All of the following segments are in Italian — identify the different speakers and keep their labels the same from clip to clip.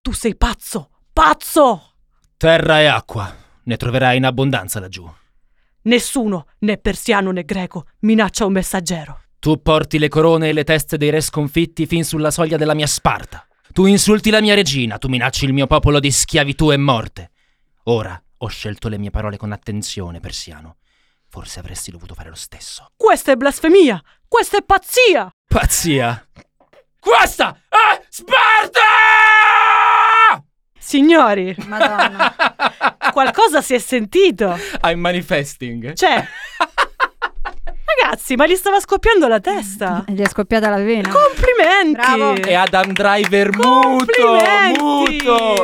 Speaker 1: Tu sei pazzo! Pazzo!
Speaker 2: Terra e acqua. Ne troverai in abbondanza laggiù.
Speaker 1: Nessuno, né persiano né greco, minaccia un messaggero.
Speaker 2: Tu porti le corone e le teste dei re sconfitti fin sulla soglia della mia Sparta. Tu insulti la mia regina, tu minacci il mio popolo di schiavitù e morte. Ora ho scelto le mie parole con attenzione, persiano. Forse avresti dovuto fare lo stesso.
Speaker 1: Questa è blasfemia! Questa è pazzia!
Speaker 2: Pazzia! Questa
Speaker 3: Ah,
Speaker 2: è Sparta!
Speaker 1: Signori,
Speaker 4: Madonna.
Speaker 1: qualcosa si è sentito!
Speaker 2: I'm manifesting.
Speaker 1: Cioè... Ragazzi, ma gli stava scoppiando la testa!
Speaker 4: Gli è scoppiata la vena.
Speaker 1: Complimenti!
Speaker 4: Bravo.
Speaker 2: E Adam Driver muto,
Speaker 1: Complimenti!
Speaker 2: muto.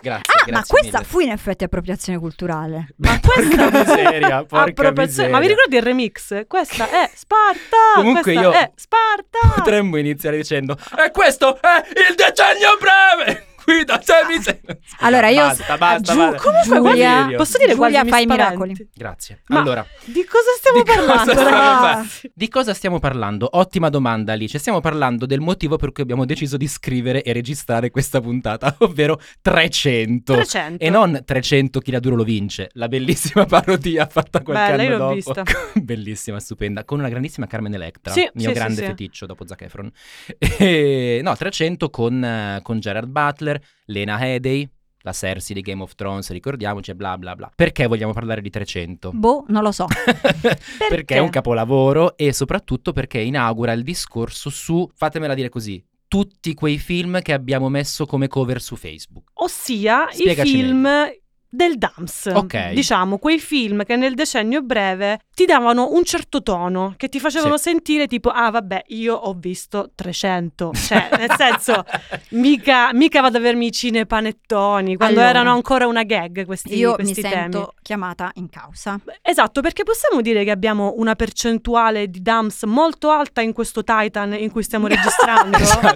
Speaker 2: grazie,
Speaker 4: Ah,
Speaker 2: grazie
Speaker 4: ma questa
Speaker 2: mille.
Speaker 4: fu in effetti appropriazione culturale.
Speaker 1: Ma questa
Speaker 2: Porca miseria, porca
Speaker 1: Appropriazione-
Speaker 2: miseria.
Speaker 1: Ma vi ricordi il remix? Questa è Sparta!
Speaker 2: Comunque
Speaker 1: questa
Speaker 2: io-
Speaker 1: è Sparta!
Speaker 2: Potremmo iniziare dicendo E questo è il decennio breve Qui da semiseria
Speaker 4: Allora, io-
Speaker 2: Basta, basta,
Speaker 4: giù-
Speaker 2: basta.
Speaker 1: Comunque,
Speaker 4: Giulia-
Speaker 1: guardi, posso dire
Speaker 4: Giulia,
Speaker 1: guardi, mi
Speaker 4: fai i
Speaker 1: spaventi.
Speaker 4: miracoli.
Speaker 2: Grazie
Speaker 1: Ma-
Speaker 2: Allora,
Speaker 1: Di cosa stiamo
Speaker 2: Di cosa
Speaker 1: parlando,
Speaker 2: stiamo
Speaker 1: ragazzi?
Speaker 2: di cosa stiamo parlando? Ottima domanda Alice Stiamo parlando del motivo per cui abbiamo deciso di scrivere e registrare questa puntata Ovvero 300
Speaker 1: 300.
Speaker 2: E non 300 chi la duro lo vince La bellissima parodia fatta qualche
Speaker 1: Bella, io
Speaker 2: anno
Speaker 1: l'ho
Speaker 2: dopo
Speaker 1: vista.
Speaker 2: Bellissima, stupenda, con una grandissima Carmen Electra,
Speaker 1: Sì,
Speaker 2: mio
Speaker 1: sì,
Speaker 2: grande
Speaker 1: sì, sì.
Speaker 2: feticcio dopo Zac Efron. E- no, 300 con, eh, con Gerard Butler, Lena Headey, la Cersei di Game of Thrones, ricordiamoci, e bla bla bla. Perché vogliamo parlare di 300?
Speaker 4: Boh, non lo so.
Speaker 2: perché è un capolavoro e soprattutto perché inaugura il discorso su, fatemela dire così, tutti quei film che abbiamo messo come cover su Facebook.
Speaker 1: Ossia,
Speaker 2: Spiegaci
Speaker 1: i film del Dams.
Speaker 2: Ok.
Speaker 1: Diciamo, quei film che nel decennio breve ti davano un certo tono, che ti facevano sentire tipo, ah vabbè, io ho visto 300. Cioè, nel senso, mica, mica vado a vermi i cinepanettoni, quando
Speaker 4: Allora.
Speaker 1: erano ancora una gag questi,
Speaker 4: Io mi
Speaker 1: questi temi.
Speaker 4: sento chiamata in causa.
Speaker 1: Esatto, perché possiamo dire che abbiamo una percentuale di dumps molto alta in questo Titan in cui stiamo registrando.
Speaker 2: Esatto.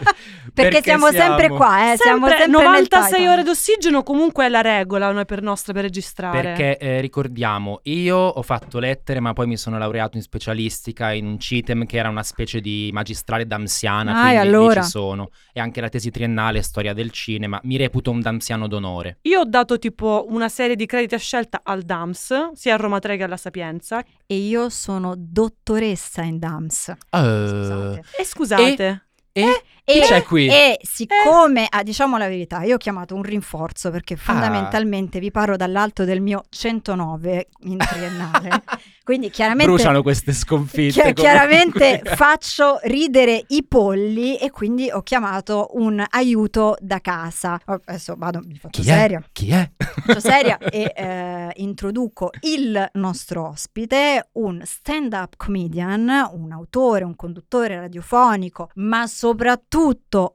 Speaker 4: Perché, siamo, sempre qua, eh. siamo
Speaker 1: Sempre
Speaker 4: sempre nel
Speaker 1: 96
Speaker 4: Titan.
Speaker 1: ore d'ossigeno comunque è la regola noi per nostra per registrare.
Speaker 2: Perché eh, ricordiamo, io ho fatto lettere, ma poi mi sono laureato in specialistica in un CITEM che era una specie di magistrale damsiana,
Speaker 4: Ah, e
Speaker 2: quindi lì
Speaker 4: allora?
Speaker 2: ci sono. E anche la tesi triennale storia del cinema, mi reputo un damsiano d'onore.
Speaker 1: Io ho dato tipo una serie di crediti a scelta al Dams, sia a Roma 3 che alla Sapienza.
Speaker 4: E io sono dottoressa in DAMS. Scusate.
Speaker 1: E scusate,
Speaker 2: E,
Speaker 4: E,
Speaker 2: Eh, chi c'è qui? Eh.
Speaker 4: e siccome, ah, diciamo la verità, io ho chiamato un rinforzo
Speaker 2: Ah.
Speaker 4: perché fondamentalmente vi parlo dall'alto del mio 109 in triennale, quindi chiaramente,
Speaker 2: Bruciano queste sconfitte.
Speaker 4: chi-
Speaker 2: comunque.
Speaker 4: chiaramente faccio ridere i polli e quindi ho chiamato un aiuto da casa. Oh, Adesso vado, mi faccio
Speaker 2: Chi è?
Speaker 4: seria.
Speaker 2: Chi è?
Speaker 4: Faccio Cioè, seria e eh, introduco il nostro ospite, un stand-up comedian, un autore, un conduttore radiofonico, ma soprattutto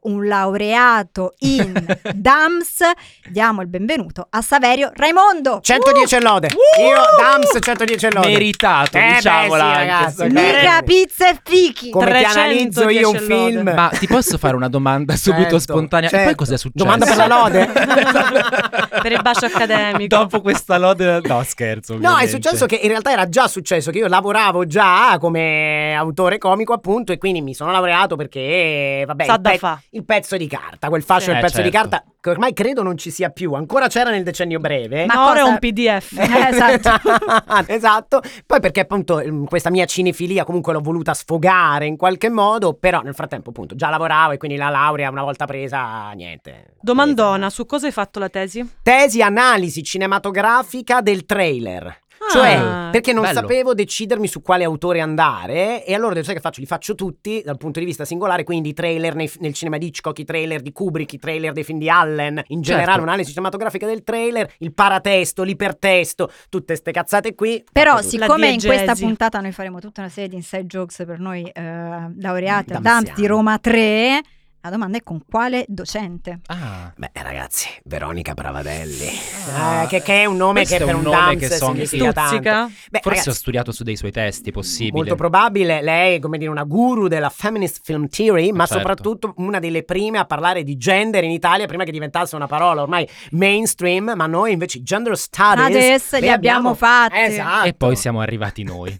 Speaker 4: un laureato in DAMS. Diamo il benvenuto a Saverio Raimondo.
Speaker 5: 110 lode.
Speaker 4: Uh!
Speaker 5: Io Dams 110 lode.
Speaker 2: Meritato,
Speaker 5: Eh, beh,
Speaker 2: diciamola.
Speaker 5: sì,
Speaker 2: anche
Speaker 5: ragazzi,
Speaker 2: sta
Speaker 4: Uh!
Speaker 2: cosa.
Speaker 5: bene.
Speaker 4: Mica pizza e fichi.
Speaker 5: Come ti
Speaker 1: 310
Speaker 5: analizzo io un
Speaker 1: lode.
Speaker 5: film?
Speaker 2: Ma ti posso fare una domanda subito
Speaker 5: Eh. Certo,
Speaker 2: spontanea? E poi
Speaker 5: certo.
Speaker 2: cos'è successo?
Speaker 5: Domanda per la lode?
Speaker 1: per il bacio accademico.
Speaker 2: Dopo questa lode... No, scherzo.
Speaker 5: No, è
Speaker 2: ovviamente.
Speaker 5: successo che in realtà era già successo che io lavoravo già come autore comico, appunto, e quindi mi sono laureato perché vabbè,
Speaker 1: Sa
Speaker 5: il,
Speaker 1: da
Speaker 5: pe-
Speaker 1: fa.
Speaker 5: il pezzo di carta, quel fascio
Speaker 1: Sì.
Speaker 5: del
Speaker 2: Eh,
Speaker 5: pezzo di
Speaker 2: certo.
Speaker 5: carta che ormai credo non ci sia più, ancora c'era nel decennio breve.
Speaker 4: Ma
Speaker 1: Ma ora è
Speaker 4: cosa-
Speaker 1: un PDF.
Speaker 4: Eh, esatto.
Speaker 5: Esatto. Poi perché appunto ehm, questa mia cinefilia comunque l'ho voluta sfogare in qualche modo, però nel frattempo appunto già lavoravo e quindi la laurea una volta presa niente.
Speaker 1: Domandona, su cosa hai fatto la tesi?
Speaker 5: Tesi analisi cinematografica del trailer. Cioè,
Speaker 1: Ah,
Speaker 5: perché non
Speaker 2: Ah, bello.
Speaker 5: sapevo decidermi su quale autore andare, e allora ho detto, sai che faccio? Li faccio tutti dal punto di vista singolare, quindi i trailer nei- nel cinema di Hitchcock, i trailer di Kubrick, i trailer dei film di Allen, in generale
Speaker 2: Certo.
Speaker 5: un'analisi cinematografica del trailer, il paratesto, l'ipertesto, tutte ste cazzate qui.
Speaker 4: Però
Speaker 5: Fatte tutte.
Speaker 4: siccome in
Speaker 1: diegesi.
Speaker 4: questa puntata noi faremo tutta una serie di inside jokes per noi eh, laureati al
Speaker 5: Damsiani.
Speaker 4: DAMS di Roma 3, La domanda è con quale docente?
Speaker 2: Ah.
Speaker 5: Beh, ragazzi, Veronica Bravadelli.
Speaker 2: Ah,
Speaker 5: Eh, che, che è un nome
Speaker 2: questo
Speaker 5: che
Speaker 2: è
Speaker 5: per
Speaker 2: un
Speaker 5: un,
Speaker 2: nome
Speaker 5: dance
Speaker 2: che son-
Speaker 5: significa tanto.
Speaker 1: Stuzzica.
Speaker 5: Beh,
Speaker 2: Forse ho
Speaker 5: ragazzi,
Speaker 2: studiato su dei suoi testi, possibile.
Speaker 5: molto probabile, lei è come dire una guru della feminist film theory, ma
Speaker 2: Certo.
Speaker 5: soprattutto una delle prime a parlare di gender in Italia prima che diventasse una parola ormai mainstream, ma noi invece gender studies
Speaker 4: Adesso
Speaker 5: le
Speaker 4: li abbiamo fatti.
Speaker 5: Esatto.
Speaker 2: E poi siamo arrivati noi.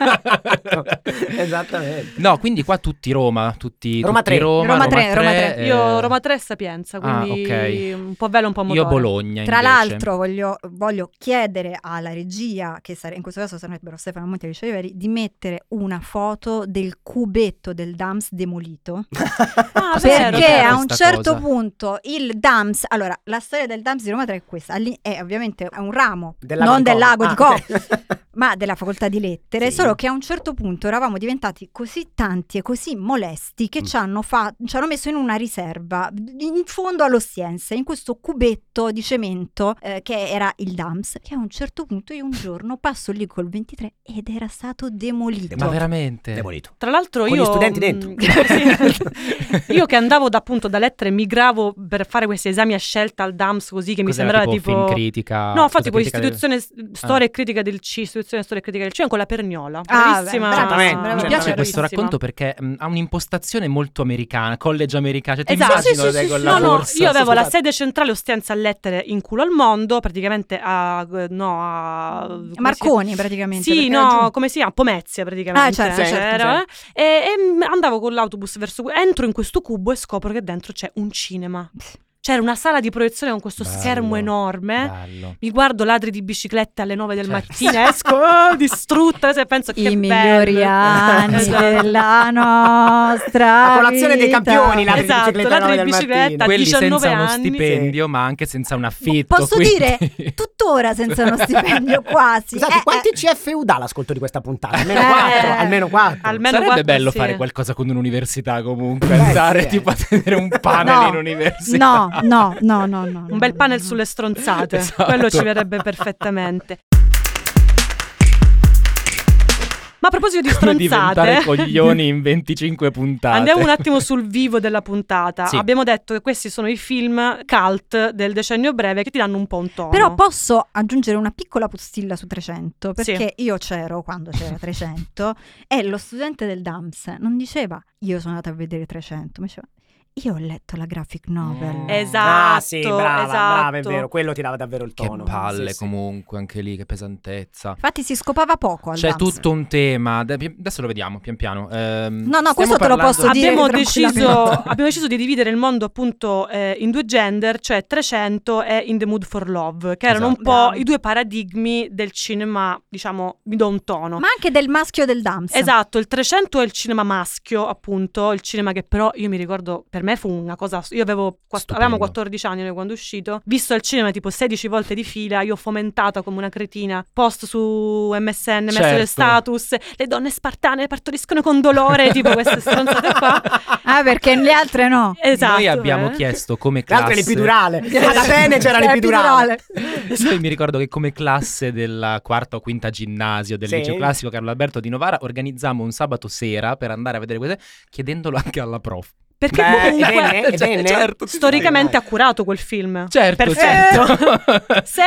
Speaker 5: Esatto. Esattamente.
Speaker 2: No, quindi qua tutti Roma, tutti
Speaker 5: Roma
Speaker 2: tutti
Speaker 5: tre.
Speaker 2: Roma,
Speaker 4: Roma tre,
Speaker 2: tre,
Speaker 4: Roma tre.
Speaker 2: eh,
Speaker 1: Io Roma 3 Sapienza,
Speaker 2: ah,
Speaker 1: quindi
Speaker 2: ok.
Speaker 1: un po' bello, un po' motore.
Speaker 2: Io Bologna
Speaker 4: Tra
Speaker 2: invece.
Speaker 4: l'altro voglio, voglio chiedere alla regia, che sare- in questo caso sarebbero Stefano Monti e Alice Oliveri, di mettere una foto del cubetto del Dams demolito.
Speaker 1: Ah, vero.
Speaker 4: perché
Speaker 2: vero
Speaker 4: a un
Speaker 2: sta
Speaker 4: certo
Speaker 2: cosa.
Speaker 4: punto il Dams, allora la storia del Dams di Roma 3 è questa, All'in- è ovviamente un ramo,
Speaker 5: Del lago
Speaker 4: non
Speaker 5: di
Speaker 4: del
Speaker 5: Como.
Speaker 4: lago
Speaker 5: Ah,
Speaker 4: di Co,
Speaker 5: ok.
Speaker 4: ma della facoltà di lettere,
Speaker 5: Sì.
Speaker 4: solo che a un certo punto eravamo diventati così tanti e così molesti
Speaker 5: Mm.
Speaker 4: che ci, hanno fa- ci hanno messo in una riserva, in fondo all'Ostiense, in questo cubetto di cemento eh, che era il Dams, che a un certo punto io un giorno passo lì col 23 ed era stato demolito.
Speaker 2: Ma veramente?
Speaker 5: Demolito.
Speaker 1: Tra l'altro
Speaker 5: Con
Speaker 1: io... mm,
Speaker 5: gli studenti dentro.
Speaker 1: Sì. io che andavo da, appunto da lettere, migravo per fare questi esami a scelta al DAMS così che mi
Speaker 2: Cos'era,
Speaker 1: sembrava
Speaker 2: tipo,
Speaker 1: tipo...
Speaker 2: film critica.
Speaker 1: No, ho
Speaker 2: scusa,
Speaker 1: fatto tipo
Speaker 2: critica del- Ah.
Speaker 1: istituzione s- storia e critica del C, istituzione storia e critica del C, con la Perniola.
Speaker 4: Ah,
Speaker 1: Bravissima.
Speaker 4: beh,
Speaker 5: certamente,
Speaker 1: Mi
Speaker 5: certamente.
Speaker 1: piace
Speaker 2: Mi piace cioè,
Speaker 5: Bravissima.
Speaker 2: questo racconto perché mh, ha un'impostazione molto americana, college americano. Cioè, ti
Speaker 1: Esatto.
Speaker 2: immagino
Speaker 4: Sì, sì,
Speaker 2: te
Speaker 4: sì,
Speaker 2: con
Speaker 4: sì,
Speaker 2: la
Speaker 1: No, no,
Speaker 2: borsa,
Speaker 1: io avevo la
Speaker 2: scusate.
Speaker 1: sede centrale Ostienza a lettere in culo al mondo, praticamente a... no, a... come si-
Speaker 4: Marconi praticamente.
Speaker 1: Ah, Sì,
Speaker 4: perché era
Speaker 1: no,
Speaker 4: giù.
Speaker 1: come si chiama? Pomezia praticamente.
Speaker 4: Ah, certo,
Speaker 1: Cioè,
Speaker 4: certo,
Speaker 1: era- E, e, mm, andavo con l'autobus verso... Entro in questo cubo e scopro che dentro c'è un cinema. C'era una sala di proiezione con questo
Speaker 2: Bello,
Speaker 1: schermo enorme.
Speaker 2: Bello.
Speaker 1: Mi guardo ladri di biciclette alle 9 del
Speaker 2: Certo.
Speaker 1: mattino, esco oh, distrutta e penso che
Speaker 4: I
Speaker 1: bello.
Speaker 4: migliori anni
Speaker 1: Esatto.
Speaker 4: della nostra
Speaker 5: La colazione dei
Speaker 4: vita.
Speaker 5: campioni, la
Speaker 1: Esatto,
Speaker 5: bicicletta, alle
Speaker 1: ladri
Speaker 5: nove
Speaker 1: di
Speaker 5: del
Speaker 1: bicicletta. Da
Speaker 5: mattino.
Speaker 2: Quelli
Speaker 1: 19
Speaker 2: senza uno
Speaker 1: anni,
Speaker 2: stipendio, ma anche senza un affitto.
Speaker 4: Posso
Speaker 2: quindi-
Speaker 4: dire tuttora senza uno stipendio quasi.
Speaker 5: Scusate,
Speaker 4: Eh,
Speaker 5: quanti
Speaker 4: eh,
Speaker 5: CFU dà l'ascolto di questa puntata? Almeno
Speaker 1: Eh.
Speaker 5: 4, almeno 4.
Speaker 1: Almeno
Speaker 2: Sarebbe
Speaker 1: quattro,
Speaker 2: bello
Speaker 1: sì.
Speaker 2: fare qualcosa con un'università comunque,
Speaker 5: Beh,
Speaker 2: andare
Speaker 5: sì, eh.
Speaker 2: tipo a tenere un panel
Speaker 4: No.
Speaker 2: in università.
Speaker 4: No, no, no, no, no.
Speaker 1: Un bel panel sulle stronzate,
Speaker 2: Esatto.
Speaker 1: quello ci verrebbe perfettamente. Ma a proposito di
Speaker 2: Come
Speaker 1: stronzate,
Speaker 2: diventare coglioni in 25 puntate.
Speaker 1: andiamo un attimo sul vivo della puntata.
Speaker 2: Sì.
Speaker 1: Abbiamo detto che questi sono i film cult del decennio breve che ti danno un po' un tono.
Speaker 4: Però posso aggiungere una piccola postilla su 300
Speaker 1: Sì.
Speaker 4: perché io c'ero quando c'era 300 e lo studente del DAMS non diceva io sono andata a vedere 300, ma diceva io ho letto la graphic novel.
Speaker 2: Mm.
Speaker 1: Esatto,
Speaker 5: Ah, sì, brava,
Speaker 1: esatto.
Speaker 5: brava, è vero, quello ti dava davvero il
Speaker 2: Che
Speaker 5: tono.
Speaker 2: palle
Speaker 5: Sì, sì.
Speaker 2: comunque, anche lì, che pesantezza.
Speaker 4: Infatti si scopava poco al
Speaker 2: C'è
Speaker 4: Dams.
Speaker 2: tutto un tema. De- Adesso lo vediamo pian piano. Ehm,
Speaker 4: No, no,
Speaker 2: stiamo
Speaker 4: questo te lo
Speaker 2: parlando-
Speaker 4: posso dire
Speaker 1: abbiamo,
Speaker 4: tranquillamente.
Speaker 1: deciso, abbiamo deciso di dividere il mondo appunto eh, in due gender, cioè 300 e In the Mood for Love, che erano un
Speaker 4: Esatto.
Speaker 1: po'
Speaker 4: Bravo.
Speaker 1: i due paradigmi del cinema, diciamo, mi do un tono.
Speaker 4: Ma anche del maschio del Dams.
Speaker 1: Esatto, il 300 è il cinema maschio, appunto, il cinema che però io mi ricordo, per me fu una cosa, io avevo, quatt-
Speaker 2: Stupendo.
Speaker 1: avevamo 14 anni noi quando è uscito, visto al cinema tipo 16 volte di fila, io ho fomentato come una cretina, post su MSN, messo
Speaker 2: Certo.
Speaker 1: le status, le donne spartane partoriscono con dolore, tipo queste stronzate qua.
Speaker 4: Ah, perché le altre no.
Speaker 1: Esatto.
Speaker 2: Noi abbiamo
Speaker 1: eh.
Speaker 2: chiesto come
Speaker 5: Tra l'altro è
Speaker 2: classe.
Speaker 5: l'epidurale. Alla bene c'era
Speaker 4: Era
Speaker 5: l'epidurale.
Speaker 2: Noi mi ricordo che come classe della quarta o quinta ginnasio del
Speaker 5: Sì.
Speaker 2: liceo classico Carlo Alberto di Novara organizzammo un sabato sera per andare a vedere queste, chiedendolo anche alla prof.
Speaker 1: Perché
Speaker 5: Beh,
Speaker 1: comunque
Speaker 5: bene. Eh,
Speaker 2: Cioè,
Speaker 5: venne?
Speaker 2: certo, sì,
Speaker 1: storicamente accurato quel film.
Speaker 2: dai. certo,
Speaker 1: Perfetto.
Speaker 2: certo.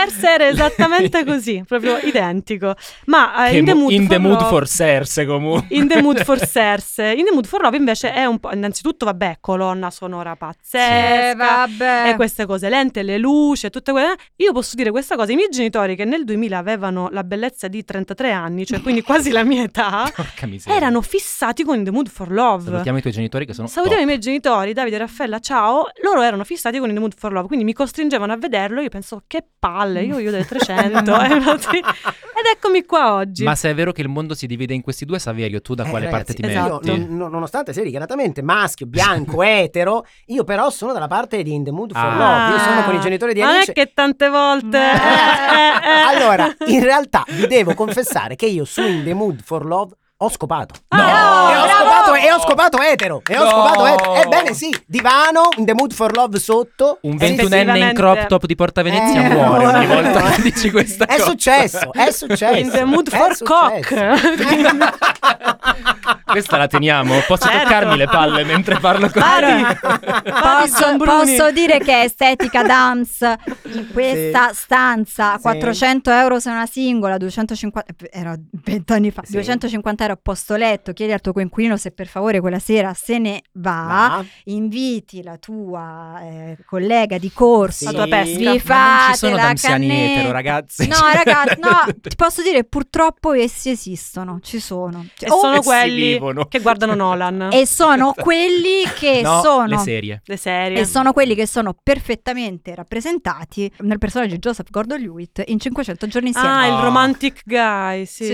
Speaker 1: Cersei era esattamente così, proprio identico. Ma eh,
Speaker 2: Che
Speaker 1: in, the
Speaker 2: mo-
Speaker 1: mood
Speaker 2: in the mood
Speaker 1: Love-
Speaker 2: for Serse comunque.
Speaker 1: In the mood for Cersei. In the mood for Love invece è un po'. Innanzitutto, vabbè, colonna sonora pazzesca.
Speaker 4: Eh, vabbè.
Speaker 1: E queste cose, lente, le luci, e tutte quelle. Io posso dire questa cosa: i miei genitori, che nel 2000 avevano la bellezza di 33 anni, cioè quindi quasi la mia età,
Speaker 2: Porca miseria.
Speaker 1: erano fissati con In the mood for Love.
Speaker 2: Salutiamo i tuoi genitori che sono
Speaker 1: Salutiamo i
Speaker 2: top.
Speaker 1: miei genitori, Davide e Raffaella, ciao. Loro erano fissati con In the Mood for Love, quindi mi costringevano a vederlo. Io penso, che palle, io voglio delle 300. eh, ma sì. Ed eccomi qua oggi.
Speaker 2: Ma se è vero che il mondo si divide in questi due, Saverio, tu da
Speaker 5: Eh,
Speaker 2: quale
Speaker 5: ragazzi,
Speaker 2: parte ti
Speaker 1: esatto.
Speaker 2: metti?
Speaker 5: Io, non- non- nonostante sia dichiaratamente maschio, bianco, etero, io però sono dalla parte di In the Mood for
Speaker 2: Ah.
Speaker 5: Love. Io sono con i genitori di
Speaker 1: Ma Non
Speaker 5: Alice.
Speaker 1: è che tante volte...
Speaker 4: Eh.
Speaker 1: eh, eh, eh.
Speaker 5: allora, in realtà vi devo confessare che io su In the Mood for Love ho scopato.
Speaker 1: Ah, No!
Speaker 5: E ho
Speaker 1: Bravo!
Speaker 5: scopato, e ho scopato etero. E ho
Speaker 2: No!
Speaker 5: scopato etero. Ebbene sì, divano, in The Mood for Love sotto.
Speaker 2: Un
Speaker 5: Eh, sì, sì.
Speaker 2: 21enne in crop top di Porta Venezia
Speaker 5: Eh,
Speaker 2: muore ogni
Speaker 5: guarda.
Speaker 2: volta che dici questa
Speaker 5: È
Speaker 2: cosa.
Speaker 5: successo, è successo.
Speaker 1: In the mood
Speaker 5: è
Speaker 1: for
Speaker 5: successo.
Speaker 1: cock.
Speaker 2: Questa la teniamo? Posso
Speaker 1: Certo.
Speaker 2: toccarmi le palle mentre parlo con
Speaker 1: Pari.
Speaker 2: te?
Speaker 1: Pari
Speaker 4: Posso,
Speaker 1: Zambruni.
Speaker 4: posso dire che estetica dance in questa stanza
Speaker 5: Sì.
Speaker 4: 400 euro se una singola 250 eh, era vent'anni fa
Speaker 5: Sì.
Speaker 4: 250 euro a posto letto chiedi al tuo coinquilino se per favore quella sera se ne va
Speaker 5: Ma-
Speaker 4: inviti la tua eh, collega di corso
Speaker 5: La tua
Speaker 1: pesca.
Speaker 4: vi
Speaker 2: Ma non ci
Speaker 4: fate
Speaker 2: sono
Speaker 4: la
Speaker 2: anziani
Speaker 4: cannetta.
Speaker 2: etero, ragazzi. Cioè,
Speaker 4: No, ragazzi, no, ti posso dire, purtroppo essi esistono, ci sono.
Speaker 1: E
Speaker 4: Oh,
Speaker 1: sono
Speaker 2: si
Speaker 1: quelli
Speaker 2: vivono.
Speaker 1: che guardano Nolan.
Speaker 4: e sono
Speaker 5: Esatto.
Speaker 4: quelli che
Speaker 2: No, le
Speaker 4: sono
Speaker 2: serie.
Speaker 1: le serie.
Speaker 4: e sono quelli che sono perfettamente rappresentati nel personaggio di Joseph Gordon-Lewitt in 500 giorni insieme.
Speaker 1: Ah, il
Speaker 2: No.
Speaker 1: romantic guy. Sì,
Speaker 4: Sì,
Speaker 1: sì,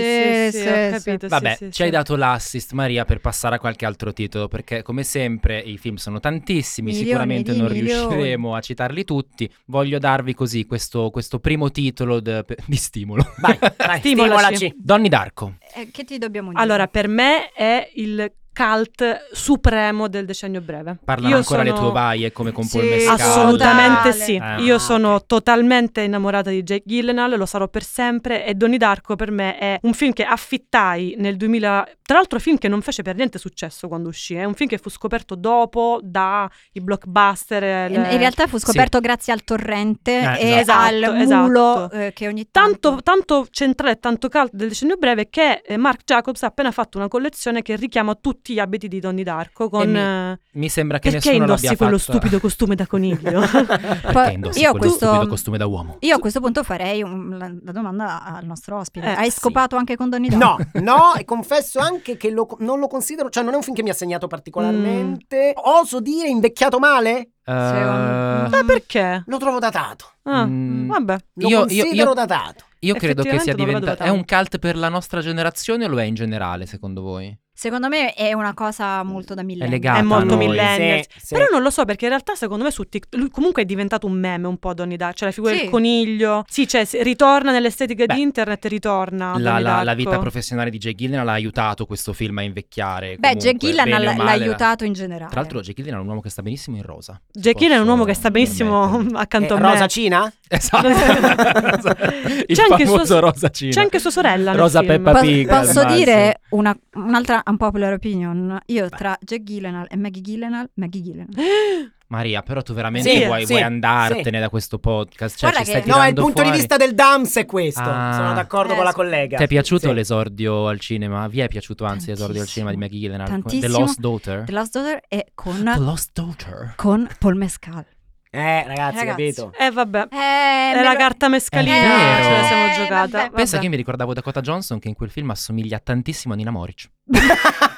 Speaker 1: sì,
Speaker 4: sì,
Speaker 1: ho
Speaker 4: sì.
Speaker 1: capito. sì,
Speaker 2: Vabbè,
Speaker 1: sì,
Speaker 2: ci hai
Speaker 1: sì.
Speaker 2: dato l'assist, Maria, per passare a qualche altro titolo, perché come sempre i film sono tantissimi,
Speaker 4: Milioni
Speaker 2: sicuramente
Speaker 4: di
Speaker 2: non
Speaker 4: milioni.
Speaker 2: riusciremo a citarli tutti. Voglio darvi così questo, questo primo titolo de- pe- di stimolo.
Speaker 5: Vai, vai,
Speaker 1: Stimolaci.
Speaker 5: stimolaci.
Speaker 2: Donny Darko.
Speaker 4: Eh, che ti dobbiamo dire?
Speaker 1: Allora, per me è il cult supremo del decennio breve.
Speaker 2: Parlano
Speaker 1: Io
Speaker 2: ancora le
Speaker 1: sono-
Speaker 2: tue vaie come con Paul
Speaker 4: Sì,
Speaker 2: Mescal.
Speaker 1: Assolutamente sì.
Speaker 2: Eh.
Speaker 1: Io sono totalmente innamorata di Jake Gyllenhaal, lo sarò per sempre e Donnie Darko per me è un film che affittai nel 2000, tra l'altro film che non fece per niente successo quando uscì, è un film che fu scoperto dopo dai blockbuster. e
Speaker 4: in,
Speaker 1: le-
Speaker 4: in realtà fu scoperto grazie al torrente
Speaker 2: Eh,
Speaker 4: e
Speaker 1: esatto.
Speaker 4: al
Speaker 1: Esatto,
Speaker 4: mulo
Speaker 1: esatto.
Speaker 4: eh, che ogni
Speaker 1: Tanto,
Speaker 4: tanto,
Speaker 1: tanto centrale e tanto cult del decennio breve che eh, Mark Jacobs ha appena fatto una collezione che richiama tutti gli abiti di Donnie Darko con...
Speaker 2: mi-
Speaker 1: eh,
Speaker 2: Mi sembra che
Speaker 1: perché
Speaker 2: nessuno
Speaker 1: indossi
Speaker 2: l'abbia
Speaker 1: quello
Speaker 2: fatto.
Speaker 1: stupido costume da coniglio?
Speaker 2: Perché indossi
Speaker 4: io
Speaker 2: quello
Speaker 4: questo-
Speaker 2: stupido costume da uomo?
Speaker 4: Io a questo punto farei un- la, la domanda al nostro ospite.
Speaker 1: Eh,
Speaker 4: Hai
Speaker 1: sì.
Speaker 4: scopato anche con Donnie
Speaker 5: No,
Speaker 4: Darko?
Speaker 5: no, e confesso anche che lo- non lo considero, cioè non è un film che mi ha segnato particolarmente.
Speaker 1: Mm.
Speaker 5: Oso dire invecchiato male?
Speaker 4: Secondo-
Speaker 2: Eh,
Speaker 1: Ma perché?
Speaker 5: Lo trovo datato.
Speaker 1: Ah,
Speaker 2: Mm.
Speaker 1: Vabbè.
Speaker 2: Io-
Speaker 5: Lo
Speaker 2: io-
Speaker 5: considero
Speaker 2: io-
Speaker 5: datato.
Speaker 2: Io credo che sia
Speaker 1: Effettivamente non lo vedo
Speaker 2: diventato... È
Speaker 1: tanto.
Speaker 2: un cult per la nostra generazione o lo è in generale, secondo voi?
Speaker 4: Secondo me è una cosa molto da mille.
Speaker 2: legata
Speaker 1: È molto
Speaker 2: a noi.
Speaker 1: millennial.
Speaker 5: Sì, sì.
Speaker 1: Però non lo so perché in realtà secondo me su TikTok lui comunque è diventato un meme un po' Donnie Darko, cioè la figura
Speaker 4: Sì.
Speaker 1: del coniglio. Sì, cioè se- ritorna nell'estetica
Speaker 2: Beh,
Speaker 1: di internet e ritorna
Speaker 2: la,
Speaker 1: Donnie
Speaker 2: la- la
Speaker 1: Darko.
Speaker 2: vita professionale di Jay Gillian l'ha aiutato questo film a invecchiare.
Speaker 4: Eh, Beh,
Speaker 2: comunque,
Speaker 4: Jack Gillan
Speaker 2: bene o
Speaker 4: l'ha, l'ha
Speaker 2: male, la-
Speaker 4: aiutato in generale.
Speaker 2: Tra l'altro, Jay Gillian è un uomo che sta benissimo in rosa. se
Speaker 1: Jackie Chan è un
Speaker 2: posso
Speaker 1: uomo che sta benissimo
Speaker 2: permettermi.
Speaker 1: accanto
Speaker 5: Eh,
Speaker 1: a me.
Speaker 5: Rosa Cina?
Speaker 2: Esatto. Il
Speaker 1: C'è anche
Speaker 2: famoso
Speaker 1: sua-
Speaker 2: Rosa Cina.
Speaker 1: C'è anche sua sorella nel
Speaker 2: Rosa
Speaker 1: film.
Speaker 2: Peppa
Speaker 4: Po-
Speaker 2: Pig.
Speaker 4: posso
Speaker 2: al massimo.
Speaker 4: dire una, un'altra unpopular opinion? Io tra Jack Gyllenhaal e Maggie Gyllenhaal, Maggie Gyllenhaal.
Speaker 2: Maria, però tu veramente
Speaker 5: Sì,
Speaker 2: vuoi,
Speaker 5: sì,
Speaker 2: vuoi andartene
Speaker 5: sì.
Speaker 2: da questo podcast? Cioè,
Speaker 4: Guarda
Speaker 2: ci stai
Speaker 4: che-
Speaker 5: No, è il
Speaker 2: tirando
Speaker 5: punto
Speaker 2: fuori.
Speaker 5: di vista del Dams è questo.
Speaker 2: Ah.
Speaker 5: Sono d'accordo
Speaker 4: Eh,
Speaker 5: con la
Speaker 4: sì.
Speaker 5: collega.
Speaker 2: Ti è piaciuto
Speaker 5: Sì.
Speaker 2: l'esordio al cinema? Vi è piaciuto anzi l'esordio al cinema di Maggie Gyllenhaal? The
Speaker 4: Tantissimo.
Speaker 2: Lost Daughter?
Speaker 4: The Last Daughter è
Speaker 2: The
Speaker 4: con,
Speaker 2: Lost Daughter.
Speaker 4: con Paul Mescal.
Speaker 5: Eh, ragazzi,
Speaker 4: Ragazzi.
Speaker 5: capito?
Speaker 1: Eh vabbè.
Speaker 4: Eh,
Speaker 1: È
Speaker 4: me
Speaker 1: la
Speaker 4: lo-
Speaker 1: carta mescalina,
Speaker 2: Eh,
Speaker 1: ce la siamo
Speaker 4: eh,
Speaker 1: giocata.
Speaker 4: vabbè.
Speaker 2: Pensa
Speaker 1: Vabbè.
Speaker 2: che io mi ricordavo Dakota Johnson che in quel film assomiglia tantissimo a Nina Moric.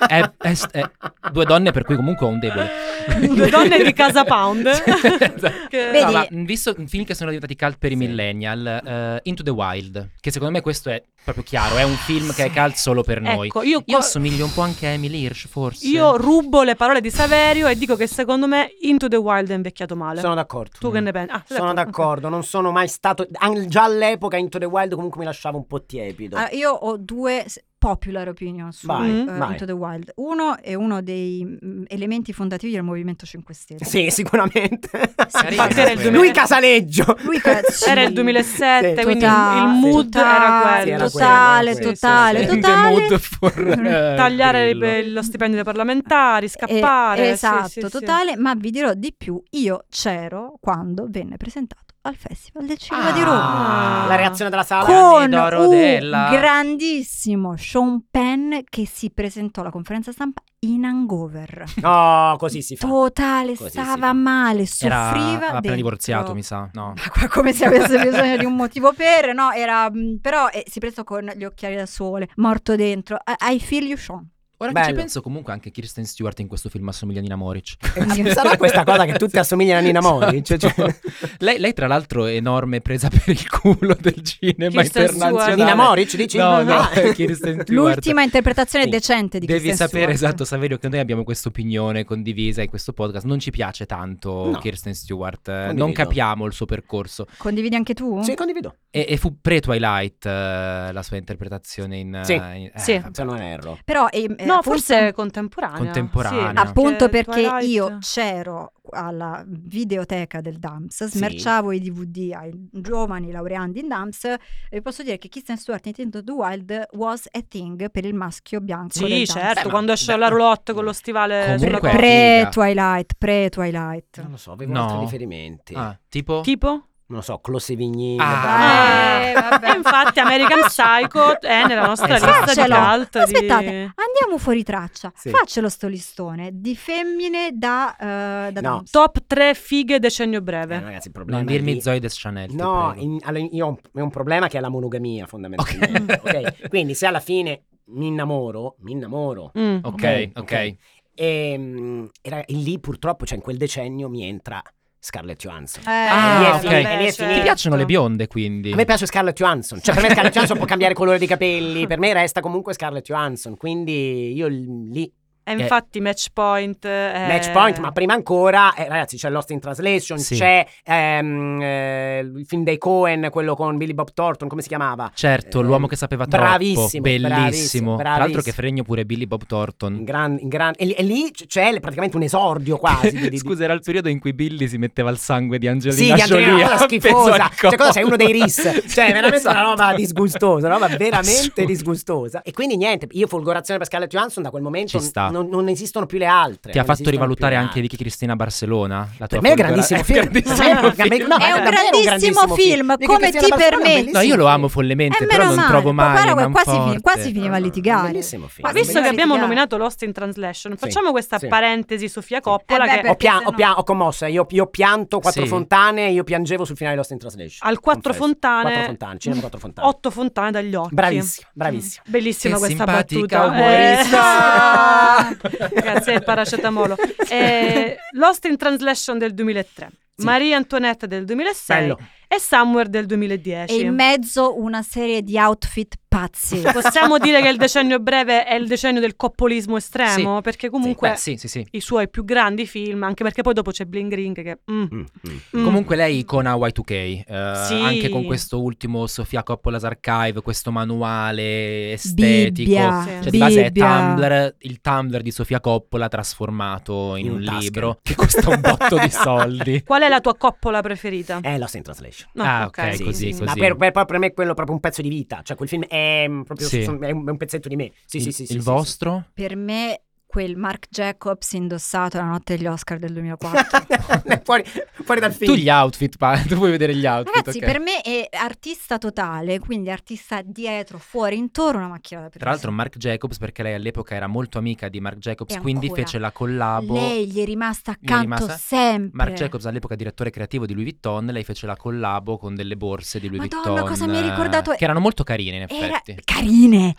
Speaker 2: È- è- è- due donne per cui comunque ho un debole.
Speaker 1: Due donne di Casa Pound.
Speaker 2: esatto.
Speaker 1: Che-
Speaker 4: Vedi-
Speaker 2: No, ma, mh, visto un film che sono diventati cult per i
Speaker 5: Sì.
Speaker 2: millennial, eh, Into the Wild, che secondo me questo è proprio chiaro, è un film che è cult solo per noi.
Speaker 1: Ecco, io,
Speaker 2: Io assomiglio un po' anche a Emily Hirsch, forse.
Speaker 1: io rubo le parole di Saverio e dico che secondo me Into the Wild è invecchiato male.
Speaker 5: Sono d'accordo.
Speaker 1: Tu che ne pensi? Ah, sei
Speaker 5: Sono d'accordo, non sono mai stato. an- Già all'epoca Into the Wild comunque mi lasciava un po' tiepido.
Speaker 4: Ah, io ho due s- popular opinion su
Speaker 5: Vai,
Speaker 4: eh,
Speaker 5: vai.
Speaker 4: Into the Wild. Uno è uno dei mm, elementi fondativi del Movimento 5 Stelle.
Speaker 5: Sì, sicuramente.
Speaker 2: Carina,
Speaker 1: Infatti era il
Speaker 2: quella.
Speaker 1: 2000.
Speaker 5: Lui Casaleggio.
Speaker 4: Lui ca- sì.
Speaker 1: Era il 2007,
Speaker 5: Sì.
Speaker 1: quindi
Speaker 4: Totale,
Speaker 1: il mood era
Speaker 4: totale,
Speaker 1: quello.
Speaker 5: Sì, era
Speaker 4: totale,
Speaker 5: quello, sì,
Speaker 4: totale,
Speaker 5: sì, sì.
Speaker 2: In the
Speaker 4: totale.
Speaker 2: mood for, eh,
Speaker 1: Mm-hmm. Tagliare
Speaker 2: Grillo.
Speaker 1: le- lo stipendio dei parlamentari, scappare.
Speaker 4: Eh,
Speaker 1: sì,
Speaker 4: esatto,
Speaker 1: sì, sì.
Speaker 4: totale, ma vi dirò di più, io c'ero quando venne presentato al Festival del Cinema
Speaker 2: Ah,
Speaker 4: di Roma.
Speaker 5: La reazione della sala.
Speaker 4: Con
Speaker 2: Leonardo
Speaker 4: un
Speaker 2: Rodella.
Speaker 4: grandissimo Sean Penn che si presentò alla conferenza stampa in hangover.
Speaker 5: No, così si fa.
Speaker 4: Totale,
Speaker 5: Così si
Speaker 4: stava
Speaker 5: fa.
Speaker 4: male,
Speaker 2: Era,
Speaker 4: soffriva.
Speaker 2: era appena
Speaker 4: dentro.
Speaker 2: divorziato, mi sa. No.
Speaker 4: Ma qua come se avesse bisogno di un motivo per, mm, no? Era, mh, però eh, si prese con gli occhiali da sole, morto dentro. I, I feel you, Sean.
Speaker 2: Ora che ci
Speaker 5: Bello.
Speaker 2: penso comunque anche Kirsten Stewart in questo film assomiglia a Nina Moric.
Speaker 5: Eh,
Speaker 2: Esatto.
Speaker 5: Sarà questa cosa che tutti assomigliano a Nina Mori. Cioè, cioè-
Speaker 2: lei, lei, tra l'altro è enorme presa per il culo del cinema
Speaker 1: Kirsten Stewart.
Speaker 2: internazionale.
Speaker 5: Nina Moric dici?
Speaker 2: No, no, eh,
Speaker 5: Ah.
Speaker 2: Kirsten Stewart.
Speaker 4: L'ultima interpretazione
Speaker 2: Oh,
Speaker 4: decente di
Speaker 2: Devi
Speaker 4: Kristen
Speaker 2: sapere,
Speaker 4: Stewart.
Speaker 2: esatto, Saverio, che noi abbiamo questa opinione condivisa in questo podcast. Non ci piace tanto
Speaker 5: No.
Speaker 2: Kirsten Stewart, eh, non
Speaker 5: Condivido.
Speaker 2: capiamo il suo percorso.
Speaker 4: Condividi anche tu?
Speaker 5: Sì, condivido.
Speaker 2: E, e fu pre-Twilight eh, la sua interpretazione in... eh,
Speaker 5: Sì.
Speaker 2: in- eh,
Speaker 1: Sì.
Speaker 2: vabbè.
Speaker 5: Se non erro.
Speaker 4: Però eh, eh,
Speaker 1: No,
Speaker 4: appunto-
Speaker 1: forse contemporanea.
Speaker 2: Contemporanea.
Speaker 1: Sì,
Speaker 4: Appunto perché
Speaker 1: Cioè, Twilight.
Speaker 4: io c'ero alla videoteca del DAMS, smerciavo i DVD ai giovani laureandi in DAMS e posso dire che Kristen Stewart in Into the Wild was a thing per il maschio bianco del
Speaker 1: Sì,
Speaker 4: DAMS.
Speaker 1: certo,
Speaker 2: Beh, ma-
Speaker 1: quando esce
Speaker 2: beh,
Speaker 1: la roulotte con lo stivale sulla
Speaker 2: Comunque-
Speaker 1: costa.
Speaker 2: Figa.
Speaker 4: Pre Twilight, pre Twilight.
Speaker 5: Non lo so, avevo
Speaker 2: No.
Speaker 5: altri riferimenti.
Speaker 2: Ah, tipo...
Speaker 1: Tipo?
Speaker 5: Non lo so, Close Vignini.
Speaker 2: Ah.
Speaker 4: Eh, vabbè.
Speaker 1: E infatti American Psycho è nella nostra
Speaker 2: Esatto.
Speaker 1: lista di
Speaker 4: Faccelo.
Speaker 1: cult di-
Speaker 4: Aspettate, andiamo fuori traccia.
Speaker 5: Sì.
Speaker 4: Faccelo sto listone di femmine da, eh, da
Speaker 5: No.
Speaker 4: Dams.
Speaker 1: Top 3 fighe decennio breve.
Speaker 5: ragazzi, il problema
Speaker 2: Non dirmi
Speaker 5: lì-
Speaker 2: Zoe Deschanel, ti
Speaker 5: No,
Speaker 2: prego.
Speaker 5: in- allora, io ho un, è un problema che è la monogamia fondamentalmente.
Speaker 2: Ok.
Speaker 5: ok? Quindi se alla fine mi innamoro, mi innamoro.
Speaker 1: Mm.
Speaker 2: Ok, ok.
Speaker 5: Eh, ok. E, mm, e raga- e lì purtroppo, cioè in quel decennio mi entra Scarlett Johansson.
Speaker 4: Eh,
Speaker 2: Ah,
Speaker 5: Niente,
Speaker 2: ok.
Speaker 5: niente, niente.
Speaker 1: Certo.
Speaker 2: Ti piacciono le bionde, quindi?
Speaker 5: A me piace Scarlett Johansson, cioè per me Scarlett Johansson può cambiare colore di capelli, per me resta comunque Scarlett Johansson, quindi io l- lì
Speaker 1: E Eh, infatti Match Point eh, è...
Speaker 4: Eh.
Speaker 5: Match Point, ma prima ancora, eh, ragazzi, c'è Lost in Translation,
Speaker 2: Sì.
Speaker 5: c'è ehm, eh, il film dei Cohen, quello con Billy Bob Thornton, come si chiamava?
Speaker 2: Certo,
Speaker 5: Eh,
Speaker 2: l'uomo che sapeva troppo.
Speaker 5: bravissimo,
Speaker 2: bellissimo.
Speaker 5: bravissimo,
Speaker 2: Tra l'altro
Speaker 5: bravissimo.
Speaker 2: che fregno pure Billy Bob
Speaker 5: In
Speaker 2: Thornton.
Speaker 5: gran- in gran- e, lì- e lì c- c'è l- praticamente un esordio quasi. di- di- di-
Speaker 2: Scusa, era il periodo in cui Billy si metteva il sangue di
Speaker 5: Sì,
Speaker 2: Angelina
Speaker 5: di Andrea,
Speaker 2: Jolie.
Speaker 5: una cosa
Speaker 2: appeso
Speaker 5: schifosa.
Speaker 2: al
Speaker 5: Cioè, cosa sei
Speaker 2: collo.
Speaker 5: uno dei RIS? Cioè,
Speaker 2: Sì,
Speaker 5: veramente una
Speaker 2: esatto.
Speaker 5: roba disgustosa, una roba veramente
Speaker 2: Assurdo.
Speaker 5: disgustosa. E quindi niente, io folgorazione per Scarlett Johansson da quel momento
Speaker 2: Ci sta.
Speaker 5: non, non esistono più le altre.
Speaker 2: Ti ha
Speaker 5: non
Speaker 2: fatto
Speaker 5: esistono più
Speaker 2: rivalutare
Speaker 5: le
Speaker 2: anche
Speaker 5: altre.
Speaker 2: Vicky Cristina Barcellona. La
Speaker 5: Per
Speaker 2: tua
Speaker 5: me è un
Speaker 2: folgora-
Speaker 5: grandissimo film.
Speaker 2: grandissimo
Speaker 5: Per me è un
Speaker 2: film.
Speaker 5: gran- no,
Speaker 4: È un
Speaker 5: davvero
Speaker 4: grandissimo film,
Speaker 5: Dico
Speaker 4: come
Speaker 5: che
Speaker 4: ti
Speaker 5: Tiana Barcellona è un
Speaker 4: permetti?
Speaker 2: No, io lo
Speaker 5: bellissimo
Speaker 2: amo
Speaker 5: film.
Speaker 2: follemente,
Speaker 4: Eh,
Speaker 2: però
Speaker 4: meno
Speaker 2: non
Speaker 4: male.
Speaker 2: trovo
Speaker 4: Ma
Speaker 2: mai.
Speaker 4: guarda,
Speaker 2: man
Speaker 4: quasi,
Speaker 2: forte.
Speaker 4: fi- quasi finiva a
Speaker 5: No, no,
Speaker 4: litigare.
Speaker 5: bellissimo film.
Speaker 4: Quasi
Speaker 1: Ma
Speaker 4: finiva
Speaker 1: visto
Speaker 4: a
Speaker 1: che abbiamo
Speaker 4: litigare.
Speaker 1: nominato Lost in Translation,
Speaker 5: Sì,
Speaker 1: facciamo questa
Speaker 5: sì.
Speaker 1: parentesi Sofia Coppola
Speaker 4: Eh beh,
Speaker 1: che
Speaker 4: perché
Speaker 5: ho, pia-
Speaker 4: se
Speaker 5: ho
Speaker 4: no-
Speaker 5: pia- ho commosso, eh. io, io ho pianto quattro
Speaker 2: Sì.
Speaker 5: fontane e io piangevo sul finale di Lost in Translation.
Speaker 1: Al Quattro
Speaker 5: Confesso.
Speaker 1: Fontane.
Speaker 5: Quattro fontane, cinema quattro fontane.
Speaker 1: otto fontane dagli occhi. Mm.
Speaker 5: Bravissimo, bravissimo.
Speaker 1: Bellissima
Speaker 2: Che
Speaker 1: questa
Speaker 2: simpatica
Speaker 1: battuta.
Speaker 2: umorista!
Speaker 1: Eh, Grazie al paracetamolo. Eh, Lost in Translation del 2003, Maria Antoinette del 2006
Speaker 5: Bello.
Speaker 1: e Somewhere del
Speaker 2: Eh,
Speaker 4: E
Speaker 1: 2010.
Speaker 4: in mezzo una serie di outfit pazzi.
Speaker 1: Possiamo dire che il decennio breve è il decennio del coppolismo estremo, perché comunque
Speaker 2: Beh, sì, sì, sì.
Speaker 1: i suoi più grandi film, anche perché poi dopo c'è Bling Ring che... mm,
Speaker 5: Mm, mm.
Speaker 1: mm.
Speaker 2: Comunque lei icona Y2K, eh,
Speaker 1: Sì.
Speaker 2: anche con questo ultimo Sofia Coppola's Archive, questo manuale estetico.
Speaker 4: Bibbia,
Speaker 1: Sì.
Speaker 2: Cioè, di base è
Speaker 4: Bibbia.
Speaker 2: Tumblr, il Tumblr di Sofia Coppola trasformato in,
Speaker 5: In
Speaker 2: un
Speaker 5: tasca.
Speaker 2: libro che costa un botto di soldi.
Speaker 1: Qual è la tua coppola preferita?
Speaker 5: Eh, Lost in Translation.
Speaker 1: No,
Speaker 2: ah, ok,
Speaker 1: sì,
Speaker 2: così,
Speaker 1: sì, sì.
Speaker 2: così.
Speaker 5: Ma per, per- per me quello è proprio un pezzo di vita, cioè quel film è mm, proprio
Speaker 2: Sì.
Speaker 5: son- è un, è un pezzetto di me. Sì,
Speaker 2: il,
Speaker 5: sì, sì, sì,
Speaker 2: il
Speaker 5: sì,
Speaker 2: vostro?
Speaker 4: per me quel Mark Jacobs indossato la notte degli Oscar del
Speaker 2: Certo,
Speaker 4: 2004.
Speaker 5: sì. fuori, fuori dal film.
Speaker 2: Tu gli outfit, pa- tu puoi vedere gli outfit.
Speaker 4: Ragazzi,
Speaker 2: ok.
Speaker 4: per me è artista totale, quindi artista dietro, fuori, intorno, una macchina da
Speaker 2: Tra l'altro Mark Jacobs, perché lei all'epoca era molto amica di Mark Jacobs,
Speaker 4: E
Speaker 2: quindi
Speaker 4: ancora,
Speaker 2: fece la collabo.
Speaker 4: lei gli è rimasta
Speaker 2: Gli è
Speaker 4: accanto
Speaker 2: rimasta-
Speaker 4: sempre.
Speaker 2: Mark Jacobs all'epoca direttore creativo di Louis Vuitton, lei fece la collabo con delle borse di Louis
Speaker 4: Madonna,
Speaker 2: Vuitton.
Speaker 4: cosa mi hai
Speaker 2: eh,
Speaker 4: ricordato?
Speaker 2: Che erano molto carine in
Speaker 4: Era-
Speaker 2: effetti. Eh,
Speaker 4: carine,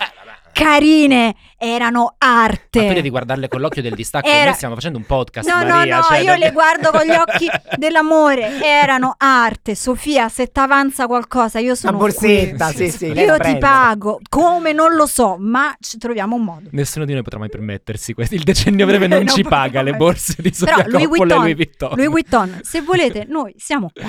Speaker 4: carine, erano arte.
Speaker 2: Ma tu devi guardarle con l'occhio del distacco.
Speaker 4: Era-
Speaker 2: Noi stiamo facendo un podcast.
Speaker 4: No,
Speaker 2: Maria,
Speaker 4: no, no, io
Speaker 2: cioè, dobbiamo-
Speaker 4: le guardo con gli occhi dell'amore. Erano arte. Sofia, se t'avanza qualcosa, io sono
Speaker 5: Una borsetta,
Speaker 4: qui.
Speaker 5: sì, sì, lei
Speaker 4: Io
Speaker 5: la
Speaker 4: ti
Speaker 5: prende.
Speaker 4: pago. Come non lo so, ma ci troviamo un modo.
Speaker 2: Nessuno di noi potrà mai permettersi questo. Il decennio breve non
Speaker 4: No,
Speaker 2: ci
Speaker 4: proprio
Speaker 2: paga le
Speaker 4: no.
Speaker 2: borse di
Speaker 4: Però
Speaker 2: Sofia
Speaker 4: Louis
Speaker 2: Coppola e Louis Vuitton.
Speaker 4: Vuitton, Louis Vuitton, se volete, noi siamo qua.